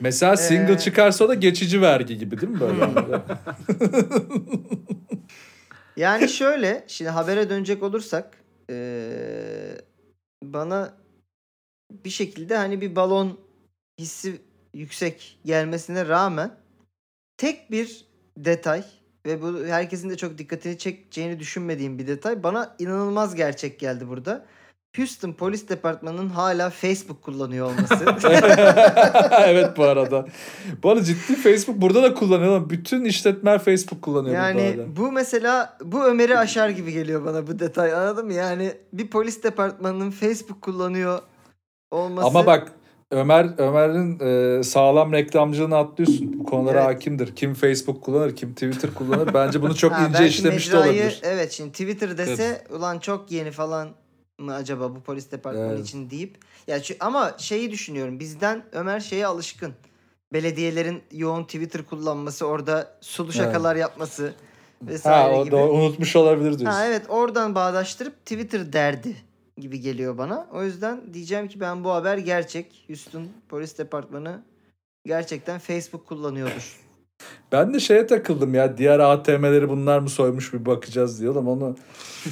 [SPEAKER 2] mesela single
[SPEAKER 1] Ee.
[SPEAKER 2] çıkarsa o da geçici vergi gibi değil mi böyle?
[SPEAKER 1] Yani şöyle şimdi habere dönecek olursak eee, bana bir şekilde hani bir balon hissi yüksek gelmesine rağmen tek bir detay ve bu herkesin de çok dikkatini çekeceğini düşünmediğim bir detay bana inanılmaz gerçek geldi burada. Houston Polis Departmanı'nın hala Facebook kullanıyor olması.
[SPEAKER 2] evet bu arada. Bu arada ciddi Facebook burada da kullanıyor. lan. Bütün işletmeler Facebook kullanıyor yani...
[SPEAKER 1] Yani
[SPEAKER 2] burada hala.
[SPEAKER 1] bu mesela bu Ömer'i aşar gibi geliyor bana bu detay anladın mı? Yani bir polis departmanının Facebook kullanıyor olması.
[SPEAKER 2] Ama bak Ömer Ömer'in e, sağlam reklamcılığını atlıyorsun. Bu konulara
[SPEAKER 1] Evet.
[SPEAKER 2] hakimdir. Kim Facebook kullanır, kim Twitter kullanır. Bence bunu çok
[SPEAKER 1] Ha,
[SPEAKER 2] ince
[SPEAKER 1] belki
[SPEAKER 2] işlemiş de
[SPEAKER 1] mecrayı-
[SPEAKER 2] olabilir.
[SPEAKER 1] Evet şimdi Twitter dese ulan çok yeni falan mı acaba bu polis departmanı
[SPEAKER 2] Evet.
[SPEAKER 1] için deyip. Ya şu, ama şeyi düşünüyorum bizden Ömer şeye alışkın. Belediyelerin yoğun Twitter kullanması orada sulu şakalar yapması
[SPEAKER 2] Ha,
[SPEAKER 1] vesaire
[SPEAKER 2] o
[SPEAKER 1] gibi.
[SPEAKER 2] da unutmuş olabilir diyorsun.
[SPEAKER 1] Ha evet oradan bağdaştırıp Twitter derdi gibi geliyor bana. O yüzden diyeceğim ki ben bu haber gerçek. Houston Polis Departmanı gerçekten Facebook kullanıyordur.
[SPEAKER 2] Ben de şeye takıldım ya. Diğer ATM'leri bunlar mı soymuş bir bakacağız diyelim onu.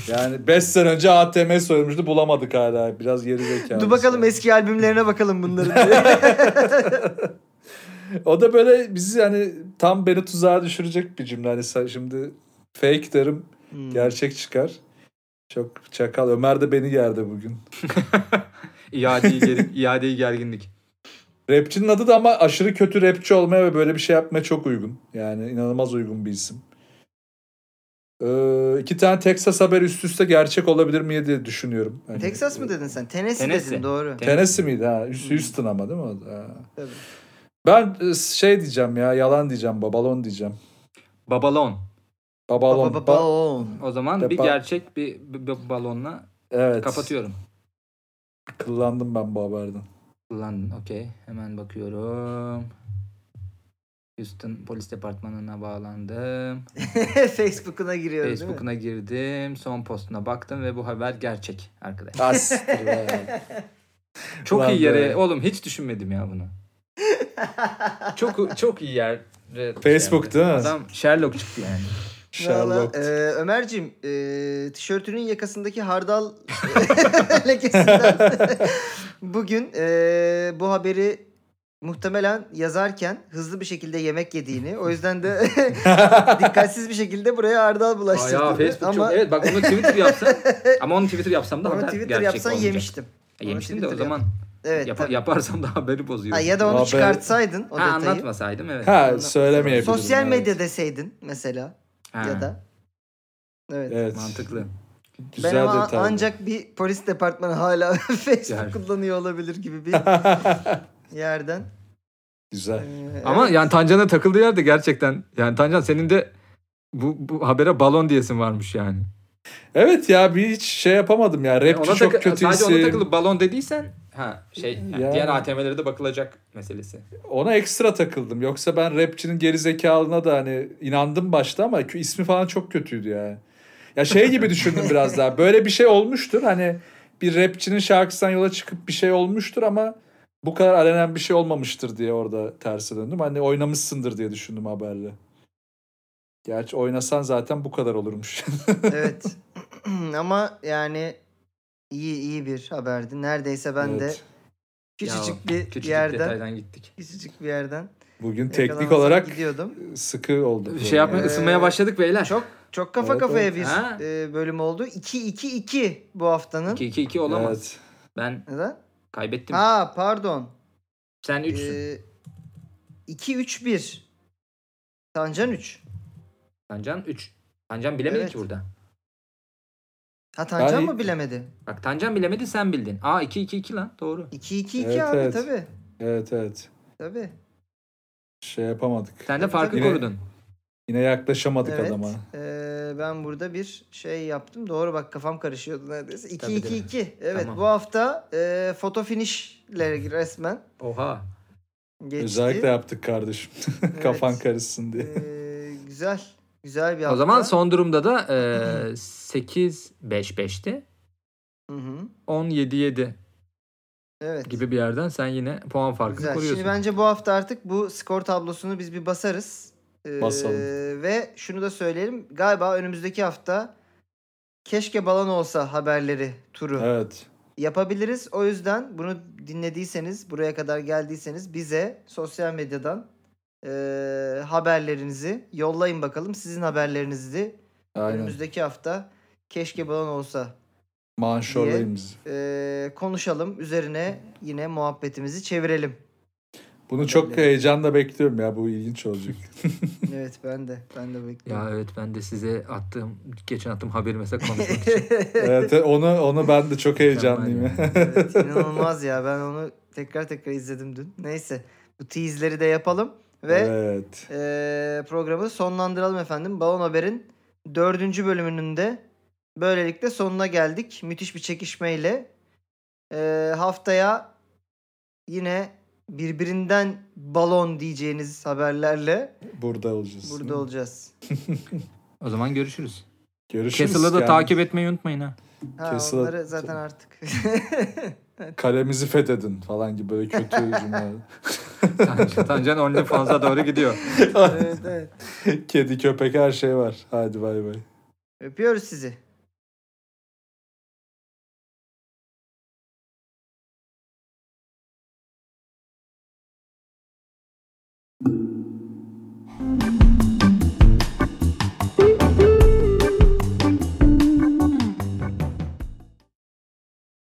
[SPEAKER 2] Yani 5 sene önce ATM soymuştu bulamadık hala. Biraz geri zekalı.
[SPEAKER 1] Dur bakalım eski albümlerine bakalım bunların. diye.
[SPEAKER 2] O da böyle bizi hani tam beni tuzağa düşürecek bir cümle. Hani sen şimdi fake derim
[SPEAKER 1] Hmm.
[SPEAKER 2] gerçek çıkar. Çok çakal. Ömer de beni gerdi bugün.
[SPEAKER 3] İadeyi, ger- iadeyi gerginlik.
[SPEAKER 2] Rapçinin adı da ama aşırı kötü rapçi olmaya ve böyle bir şey yapmaya çok uygun. Yani inanılmaz uygun bir isim. Ee, iki tane Texas haber üst üste gerçek olabilir mi diye düşünüyorum. Hani,
[SPEAKER 1] Texas mı
[SPEAKER 2] e,
[SPEAKER 1] dedin sen? Tennessee,
[SPEAKER 3] Tennessee.
[SPEAKER 1] dedin doğru.
[SPEAKER 3] Ten-
[SPEAKER 2] Tennessee miydi ha? Üst- Houston ama değil mi? o da? Ha.
[SPEAKER 1] Tabii.
[SPEAKER 2] Ben e, şey diyeceğim ya yalan diyeceğim babalon diyeceğim.
[SPEAKER 3] Babalon.
[SPEAKER 2] Babalon.
[SPEAKER 1] Ba- ba-
[SPEAKER 2] ba-
[SPEAKER 1] balon.
[SPEAKER 3] O zaman bir
[SPEAKER 2] Depa-
[SPEAKER 3] gerçek bir, bir- bir balonla
[SPEAKER 2] evet.
[SPEAKER 3] kapatıyorum.
[SPEAKER 2] Kıllandım ben bu haberden.
[SPEAKER 3] Kullandın. Okey. Hemen bakıyorum. Houston Polis Departmanı'na bağlandım.
[SPEAKER 1] Facebook'una giriyorum değil mi?
[SPEAKER 3] Facebook'una girdim. Son postuna baktım ve bu haber gerçek arkadaş.
[SPEAKER 2] Astır be.
[SPEAKER 3] Çok
[SPEAKER 2] Ulan
[SPEAKER 3] iyi yere
[SPEAKER 2] be.
[SPEAKER 3] oğlum hiç düşünmedim ya bunu. çok çok iyi yer.
[SPEAKER 2] Facebook değil mi?
[SPEAKER 3] Adam Sherlock çıktı yani.
[SPEAKER 1] Valla,
[SPEAKER 2] Sherlock.
[SPEAKER 1] e, Ömer'cim e, tişörtünün yakasındaki hardal lekesinden bugün e, bu haberi muhtemelen yazarken hızlı bir şekilde yemek yediğini o yüzden de dikkatsiz bir şekilde buraya hardal
[SPEAKER 3] Aa,
[SPEAKER 1] bulaştırdığını
[SPEAKER 3] ya Facebook
[SPEAKER 1] ama
[SPEAKER 3] çok evet bak onu Twitter yapsan ama onu Twitter yapsam da
[SPEAKER 1] onu
[SPEAKER 3] haber
[SPEAKER 1] Twitter
[SPEAKER 3] gerçek
[SPEAKER 1] yapsan
[SPEAKER 3] olmayacak.
[SPEAKER 1] yemiştim.
[SPEAKER 3] E, yemiştim de o
[SPEAKER 1] Twitter
[SPEAKER 3] zaman
[SPEAKER 1] Evet.
[SPEAKER 3] yapa-
[SPEAKER 1] tabii.
[SPEAKER 3] yaparsam da haberi bozuyor.
[SPEAKER 1] Ha, ya da onu
[SPEAKER 2] Haber-
[SPEAKER 1] çıkartsaydın o
[SPEAKER 3] ha,
[SPEAKER 1] detayı.
[SPEAKER 3] anlatmasaydım evet.
[SPEAKER 2] ha söylemeyebilirim.
[SPEAKER 1] Sosyal
[SPEAKER 2] evet.
[SPEAKER 1] medya deseydin mesela
[SPEAKER 3] Ha,
[SPEAKER 1] ya da. Evet.
[SPEAKER 2] Evet.
[SPEAKER 3] mantıklı.
[SPEAKER 2] Güzel
[SPEAKER 1] ben ama
[SPEAKER 2] detay.
[SPEAKER 1] ancak bir polis departmanı hala Facebook
[SPEAKER 3] Yani.
[SPEAKER 1] kullanıyor olabilir gibi bir yerden.
[SPEAKER 2] Güzel.
[SPEAKER 1] Ee,
[SPEAKER 3] Ama
[SPEAKER 1] evet.
[SPEAKER 3] yani Tancan'a takıldığı yerde gerçekten yani Tancan senin de bu, bu habere balon diyesin varmış yani.
[SPEAKER 2] Evet ya bir hiç şey yapamadım ya. Rapçi
[SPEAKER 3] Ona
[SPEAKER 2] çok
[SPEAKER 3] takı-
[SPEAKER 2] kötü
[SPEAKER 3] sadece ona
[SPEAKER 2] isim.
[SPEAKER 3] takılıp balon dediysen ha şey yani
[SPEAKER 2] Ya.
[SPEAKER 3] diğer ATM'lere de bakılacak meselesi.
[SPEAKER 2] Ona ekstra takıldım. Yoksa ben rapçinin gerizekalılığına da hani inandım başta ama kü- ismi falan çok kötüydü yani. Ya şey gibi düşündüm biraz daha. Böyle bir şey olmuştur. Hani bir rapçinin şarkısından yola çıkıp bir şey olmuştur ama bu kadar alenen bir şey olmamıştır diye orada terse döndüm. Hani oynamışsındır diye düşündüm haberle. Gerçi oynasan zaten bu kadar olurmuş.
[SPEAKER 1] Evet. Ama yani iyi iyi bir haberdi. Neredeyse ben de
[SPEAKER 2] Evet.
[SPEAKER 1] küçücük
[SPEAKER 3] Ya,
[SPEAKER 1] bir
[SPEAKER 3] küçücük
[SPEAKER 1] yerden
[SPEAKER 3] detaydan gittik.
[SPEAKER 1] küçücük bir yerden
[SPEAKER 2] Bugün teknik
[SPEAKER 1] yakalamasam
[SPEAKER 2] olarak
[SPEAKER 1] gidiyordum.
[SPEAKER 2] sıkı olduk.
[SPEAKER 3] Şey yapma
[SPEAKER 1] Ee,
[SPEAKER 3] ısınmaya başladık beyler.
[SPEAKER 1] Çok çok kafa
[SPEAKER 2] Evet,
[SPEAKER 1] kafaya
[SPEAKER 2] evet.
[SPEAKER 3] Ha.
[SPEAKER 1] bir e, bölüm oldu. 2 2 2 bu haftanın.
[SPEAKER 3] 2 2 2 olamaz.
[SPEAKER 2] Evet.
[SPEAKER 3] Ben
[SPEAKER 1] Neden?
[SPEAKER 3] kaybettim.
[SPEAKER 1] Ha pardon.
[SPEAKER 3] Sen 3'sün.
[SPEAKER 1] Ee, 2 3 1. Tancan 3.
[SPEAKER 3] Tancan 3. Tancan bilemedi
[SPEAKER 1] Evet.
[SPEAKER 3] ki burada.
[SPEAKER 1] Ha Tancan
[SPEAKER 2] Ben-
[SPEAKER 1] mı bilemedi?
[SPEAKER 3] Bak Tancan bilemedi sen bildin. Aa 2 2 2 lan doğru.
[SPEAKER 1] 2 2 2
[SPEAKER 2] Evet,
[SPEAKER 1] abi
[SPEAKER 2] evet.
[SPEAKER 1] tabii.
[SPEAKER 2] Evet evet.
[SPEAKER 1] Tabii.
[SPEAKER 2] Şey yapamadık.
[SPEAKER 3] Sen de farkı
[SPEAKER 2] Yine-
[SPEAKER 3] korudun.
[SPEAKER 2] Yine yaklaşamadık
[SPEAKER 1] Evet.
[SPEAKER 2] adama.
[SPEAKER 1] Ee, ben burada bir şey yaptım. Doğru bak kafam karışıyordu neredeyse. 2
[SPEAKER 3] Tabii,
[SPEAKER 1] 2
[SPEAKER 3] değil
[SPEAKER 1] 2. Evet
[SPEAKER 3] Tamam.
[SPEAKER 1] bu hafta e, foto finish'le resmen
[SPEAKER 3] Oha.
[SPEAKER 1] geçti.
[SPEAKER 2] Özellikle yaptık kardeşim.
[SPEAKER 1] Evet.
[SPEAKER 2] Kafan karışsın diye.
[SPEAKER 1] Ee, güzel. Güzel bir hafta.
[SPEAKER 3] O zaman son durumda da e, 8 5 5'ti.
[SPEAKER 1] Hı hı.
[SPEAKER 3] 10 7 7
[SPEAKER 1] Evet.
[SPEAKER 3] gibi bir yerden sen yine puan farkını
[SPEAKER 1] Güzel.
[SPEAKER 3] koruyorsun.
[SPEAKER 1] Şimdi bence bu hafta artık bu skor tablosunu biz bir basarız. Ee,
[SPEAKER 2] Basalım.
[SPEAKER 1] Ve şunu da söyleyelim. Galiba önümüzdeki hafta keşke balon olsa haberleri turu
[SPEAKER 2] Evet.
[SPEAKER 1] yapabiliriz. O yüzden bunu dinlediyseniz, buraya kadar geldiyseniz bize sosyal medyadan e, haberlerinizi yollayın bakalım. Sizin haberlerinizi
[SPEAKER 2] Aynen.
[SPEAKER 1] önümüzdeki hafta keşke balon olsa diye.
[SPEAKER 2] Manşorlayın bizi.
[SPEAKER 1] e, konuşalım. Üzerine yine muhabbetimizi çevirelim.
[SPEAKER 2] Bunu çok heyecanla bekliyorum ya. Bu ilginç olacak.
[SPEAKER 1] evet ben de. Ben de bekliyorum.
[SPEAKER 3] Ya evet ben de size attığım geçen attığım haberi mesela konuşmak için.
[SPEAKER 2] evet onu onu ben de çok heyecanlıyım.
[SPEAKER 3] Mükemmel
[SPEAKER 2] ya.
[SPEAKER 3] yani.
[SPEAKER 1] evet, inanılmaz ya. Ben onu Tekrar tekrar izledim dün. Neyse bu tease'leri de yapalım ve
[SPEAKER 2] Evet.
[SPEAKER 1] eee, Ee, programı sonlandıralım efendim. Balon Haber'in dördüncü bölümünün de böylelikle sonuna geldik. Müthiş bir çekişmeyle Eee, haftaya yine birbirinden balon diyeceğiniz haberlerle
[SPEAKER 2] Burada olacağız.
[SPEAKER 1] burada olacağız.
[SPEAKER 3] O zaman görüşürüz.
[SPEAKER 2] Görüşürüz.
[SPEAKER 3] Castle'ı da
[SPEAKER 2] Yani
[SPEAKER 3] takip etmeyi unutmayın ha.
[SPEAKER 1] Ha,
[SPEAKER 2] Kesin.
[SPEAKER 1] onları zaten artık.
[SPEAKER 2] Kalemizi fethedin falan gibi böyle kötü cümleler.
[SPEAKER 3] Tancan- Tancan OnlyFans'a doğru gidiyor.
[SPEAKER 1] evet, evet.
[SPEAKER 2] Kedi, köpek her şey var. Hadi bay bay.
[SPEAKER 1] Öpüyoruz sizi.